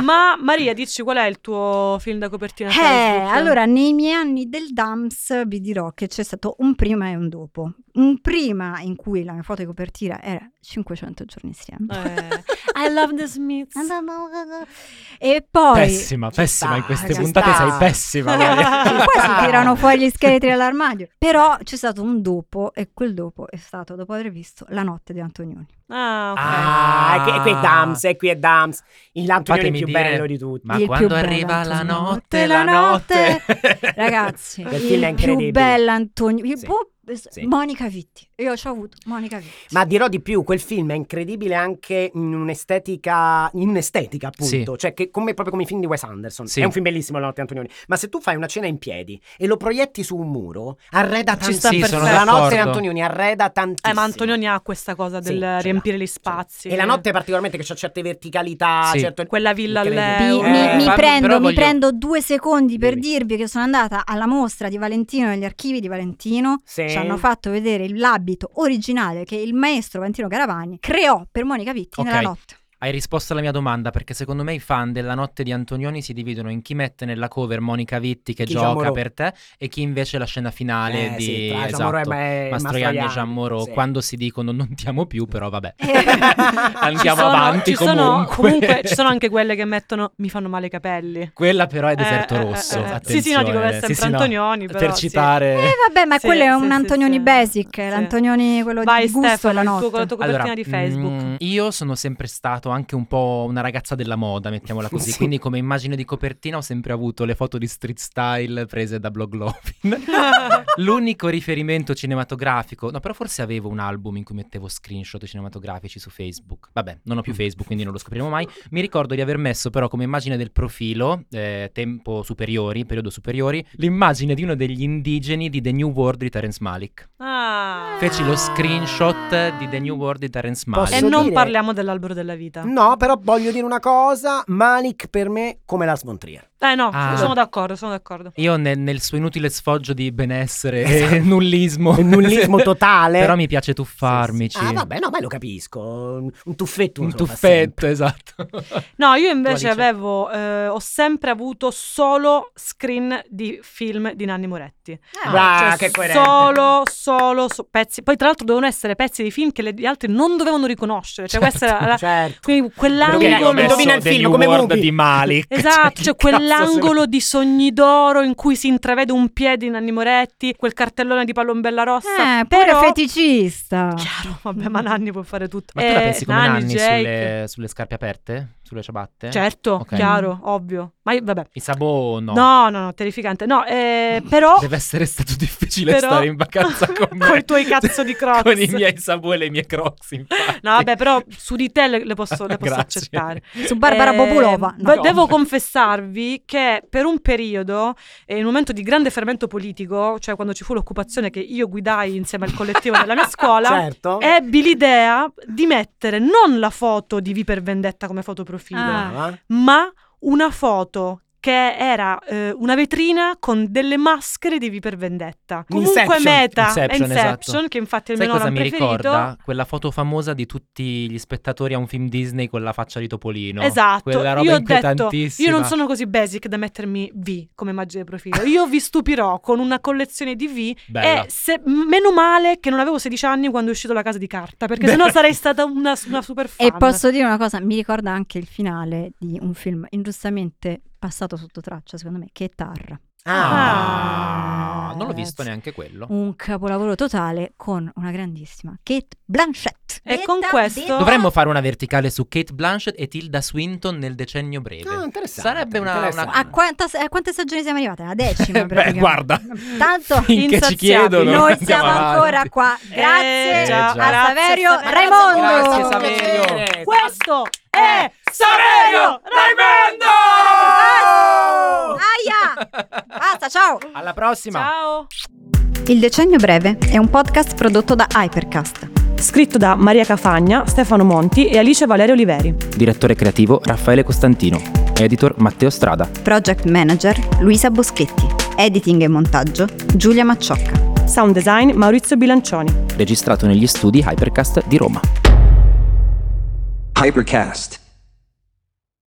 Speaker 1: Ma Maria, dici qual è il tuo film da copertina?
Speaker 4: Eh,
Speaker 1: Facebook?
Speaker 4: allora, nei miei anni del DAMS vi dirò che c'è stato un prima e un dopo. Un prima in cui la mia foto di copertina era 500 giorni insieme.
Speaker 1: Eh, I love the Smiths.
Speaker 4: E poi...
Speaker 2: Pessima, pessima.
Speaker 5: sta,
Speaker 2: In queste
Speaker 5: ci
Speaker 2: puntate
Speaker 5: sta.
Speaker 2: sei pessima. Maria.
Speaker 1: Ah, eh,
Speaker 4: Sì, poi si tirano fuori gli scheletri dall'armadio. Però c'è stato un dopo e quel dopo è stato, dopo aver visto, La notte di Antonioni.
Speaker 1: Ah, ok.
Speaker 5: Ah, che- qui è Dams, e qui è Dams. Il Lamponione
Speaker 2: Fatemi
Speaker 5: più
Speaker 2: dire-
Speaker 5: bello di tutti.
Speaker 2: Ma
Speaker 4: Il
Speaker 2: quando
Speaker 4: più bello,
Speaker 2: arriva la
Speaker 4: Antonio.
Speaker 2: notte, la notte.
Speaker 4: Ragazzi,
Speaker 5: Quel film è
Speaker 4: il più
Speaker 5: incredibile.
Speaker 4: bella Antonio. il
Speaker 5: Sì.
Speaker 4: po-
Speaker 5: Sì.
Speaker 4: Monica Vitti. Io ci ho avuto Monica Vitti.
Speaker 5: Ma dirò di più, quel film è incredibile anche in un'estetica, in un'estetica appunto, cioè che come, proprio come i film di Wes Anderson.
Speaker 2: Sì.
Speaker 5: È un film bellissimo La notte di Antonioni, ma se tu fai una cena in piedi e lo proietti su un muro, arreda
Speaker 1: Ci sta
Speaker 5: tantissimo.
Speaker 1: Sì, sono
Speaker 5: la notte di
Speaker 2: d'accordo.
Speaker 5: Antonioni arreda tantissimo.
Speaker 1: Eh, ma Antonioni ha questa cosa del
Speaker 5: Sì, ce l'ha.
Speaker 1: riempire gli spazi.
Speaker 5: E la notte particolarmente che c'ha certe verticalità,
Speaker 2: Sì.
Speaker 5: certo-
Speaker 1: Quella villa
Speaker 5: Incredibile.
Speaker 1: Eh,
Speaker 4: Vi-
Speaker 1: oh,
Speaker 4: mi,
Speaker 1: eh,
Speaker 4: mi
Speaker 2: fammi-
Speaker 4: prendo,
Speaker 2: però
Speaker 4: mi
Speaker 2: voglio-
Speaker 4: prendo due secondi per
Speaker 5: Dimmi.
Speaker 4: dirvi che sono andata alla mostra di Valentino negli archivi di Valentino.
Speaker 5: Sì.
Speaker 4: Ci hanno fatto vedere l'abito originale che il maestro Valentino Garavani creò per Monica Vitti
Speaker 2: Ok.
Speaker 4: nella notte.
Speaker 2: Hai risposto alla mia domanda perché secondo me i fan della notte di Antonioni si dividono in chi mette nella cover Monica Vitti che
Speaker 5: Chi
Speaker 2: gioca
Speaker 5: Giammorò.
Speaker 2: per te e chi invece la scena finale
Speaker 5: Eh,
Speaker 2: di
Speaker 5: sì, tra
Speaker 2: esatto,
Speaker 5: Giammorò e Ma-
Speaker 2: Mastroianni e
Speaker 5: Mastroianni,
Speaker 2: Giammoro
Speaker 5: sì.
Speaker 2: quando si dicono non ti amo più però vabbè
Speaker 1: Ci
Speaker 2: andiamo
Speaker 1: sono-
Speaker 2: avanti
Speaker 1: ci sono-
Speaker 2: comunque.
Speaker 1: comunque ci sono anche quelle che mettono mi fanno male i capelli.
Speaker 2: quella però è deserto
Speaker 1: Eh, eh,
Speaker 2: rosso
Speaker 1: eh, eh. Sì, sì, no, dico che è sempre
Speaker 2: attenzione. Sì, sì, no.
Speaker 1: Antonioni, però,
Speaker 2: per
Speaker 1: sì.
Speaker 2: citare
Speaker 4: Eh vabbè, ma
Speaker 1: Sì,
Speaker 4: quello è
Speaker 1: sì,
Speaker 4: un
Speaker 1: sì,
Speaker 4: Antonioni
Speaker 1: sì.
Speaker 4: basic,
Speaker 1: Sì.
Speaker 4: l'Antonioni quello
Speaker 1: Vai
Speaker 4: di gusto
Speaker 1: Stefano,
Speaker 4: la
Speaker 1: il tuo-
Speaker 4: notte.
Speaker 1: la tua copertina di Facebook.
Speaker 2: mm, io sono sempre stato anche un po' una ragazza della moda, mettiamola così.
Speaker 5: Sì.
Speaker 2: Quindi, come immagine di copertina, ho sempre avuto le foto di street style prese da Blog Lovin. L'unico riferimento cinematografico, no, però forse avevo un album in cui mettevo screenshot cinematografici su Facebook. Vabbè, non ho più Facebook, quindi non lo scopriremo mai. Mi ricordo di aver messo però come immagine del profilo, eh, tempo superiori, periodo superiori, l'immagine di uno degli indigeni di The New World di Terence Malik.
Speaker 1: Ah.
Speaker 2: Feci lo screenshot di The New World di Terence Malik.
Speaker 1: E
Speaker 5: Posso
Speaker 1: non
Speaker 5: dire-
Speaker 1: parliamo dell'albero della vita.
Speaker 5: No, però voglio dire una cosa, Malik per me come Lars von Trier.
Speaker 1: Eh no,
Speaker 2: Ah.
Speaker 1: sono d'accordo, sono d'accordo.
Speaker 2: Io ne- nel suo inutile sfoggio di benessere e
Speaker 1: Esatto.
Speaker 2: nullismo.
Speaker 5: Il nullismo totale.
Speaker 2: Oh. Però mi piace tuffarmici.
Speaker 5: Ah, vabbè, no, ma lo capisco. Un un tuffetto. uno
Speaker 2: Un
Speaker 5: se lo fa
Speaker 2: tuffetto, esatto.
Speaker 1: No, io invece
Speaker 2: Alice?
Speaker 1: avevo, eh, ho sempre avuto solo screen di film di Nanni Moretti.
Speaker 4: Eh,
Speaker 5: Bravo. Ah,
Speaker 1: Cioè,
Speaker 5: che coerente.
Speaker 1: solo, solo so- pezzi. Poi, tra l'altro, dovevano essere pezzi di film che le- gli altri non dovevano riconoscere. Cioè, questa era la-
Speaker 5: sempre. Certo.
Speaker 1: quindi
Speaker 5: Perché io ho
Speaker 1: quell'angolo.
Speaker 5: messo Indovina il The film, New come World movie. di
Speaker 2: Malik.
Speaker 1: Esatto, cioè quell'angolo di sogni d'oro in cui si intravede un piede in Nanni Moretti, quel cartellone di Palombella Rossa.
Speaker 4: Eh, pure
Speaker 1: però...
Speaker 4: feticista.
Speaker 1: Chiaro, vabbè, ma Nanni può fare tutto.
Speaker 2: Ma tu la
Speaker 1: Eh,
Speaker 2: pensi come
Speaker 1: Nanni,
Speaker 2: Nanni
Speaker 1: Jake.
Speaker 2: sulle, sulle scarpe aperte? Sulle ciabatte?
Speaker 1: Certo,
Speaker 2: Ok.
Speaker 1: chiaro, ovvio. Ma io- vabbè.
Speaker 2: I sabò no.
Speaker 1: No, no, no, terrificante. No, eh, però
Speaker 2: Deve essere stato difficile
Speaker 1: Però-
Speaker 2: stare in vacanza con me.
Speaker 1: Coi tuoi cazzo di Crocs.
Speaker 2: con i miei sabò e le mie crocs, infatti.
Speaker 1: No, vabbè, però su di te le, le posso, le posso
Speaker 2: Grazie.
Speaker 1: accettare.
Speaker 4: Su Barbara
Speaker 1: Eh,
Speaker 4: Popolova. no.
Speaker 1: va- Devo confessarvi che per un periodo, eh, in un momento di grande fermento politico, cioè quando ci fu l'occupazione che io guidai insieme al collettivo della mia scuola,
Speaker 2: Cioè,
Speaker 5: Certo.
Speaker 1: ebbi l'idea di mettere non la foto di V per Vendetta come foto profilo,
Speaker 4: Ah.
Speaker 5: Brava.
Speaker 1: ma una foto che era eh, una vetrina con delle maschere di V per Vendetta. Comunque
Speaker 5: Inception.
Speaker 1: meta
Speaker 2: Inception,
Speaker 1: Inception,
Speaker 2: esatto.
Speaker 1: che infatti è il
Speaker 2: Sai
Speaker 1: mio
Speaker 2: cosa
Speaker 1: nome
Speaker 2: mi
Speaker 1: preferito.
Speaker 2: ricorda? Quella foto famosa di tutti gli spettatori a un film Disney con la faccia di Topolino.
Speaker 1: Esatto,
Speaker 2: Quella roba
Speaker 1: io ho detto,
Speaker 2: inquietantissima.
Speaker 1: io non eh, sono così basic da mettermi V come immagine di profilo. Io vi stupirò con una collezione di V
Speaker 2: Bella.
Speaker 1: e se- meno male che non avevo 16 anni quando è uscito La casa di carta, perché
Speaker 2: Beh.
Speaker 1: sennò sarei stata una, una super fan.
Speaker 4: E posso dire una cosa, mi ricorda anche il finale di un film ingiustamente passato sotto traccia, secondo me, che è Tar.
Speaker 2: Ah,
Speaker 4: Ah,
Speaker 2: non l'ho visto
Speaker 4: ragazzi.
Speaker 2: neanche quello.
Speaker 4: Un capolavoro totale con una grandissima Kate Blanchett.
Speaker 1: E con questo-
Speaker 2: Dovremmo fare una verticale su Kate Blanchett e Tilda Swinton nel decennio breve.
Speaker 5: Ah, interessante,
Speaker 2: Sarebbe una-
Speaker 5: interessante.
Speaker 2: una-
Speaker 4: A, quanta- a quante stagioni siamo arrivate? Alla decima praticamente. Tanto
Speaker 2: finché ci
Speaker 1: insaziabili.
Speaker 2: chiedono.
Speaker 4: noi
Speaker 2: andiamo
Speaker 4: siamo
Speaker 2: avanti.
Speaker 4: ancora qua. Grazie
Speaker 1: Eh,
Speaker 2: già.
Speaker 4: a
Speaker 2: Grazie,
Speaker 4: Saverio
Speaker 1: Saverio.
Speaker 4: Raimondo.
Speaker 2: Grazie, Saverio.
Speaker 1: Questo è Saverio
Speaker 2: Raimondo!
Speaker 4: Aia! Basta, ciao!
Speaker 2: Alla prossima!
Speaker 1: Ciao!
Speaker 4: Il Decennio Breve è un podcast prodotto da Hypercast.
Speaker 1: Scritto da Maria Cafagna, Stefano Monti e Alice Valerio Oliveri.
Speaker 3: Direttore creativo Raffaele Costantino.
Speaker 2: Editor Matteo Strada.
Speaker 4: Project Manager Luisa Boschetti. Editing e montaggio Giulia Macciocca.
Speaker 1: Sound design Maurizio Bilancioni.
Speaker 2: Registrato negli studi Hypercast di Roma.
Speaker 7: Hypercast.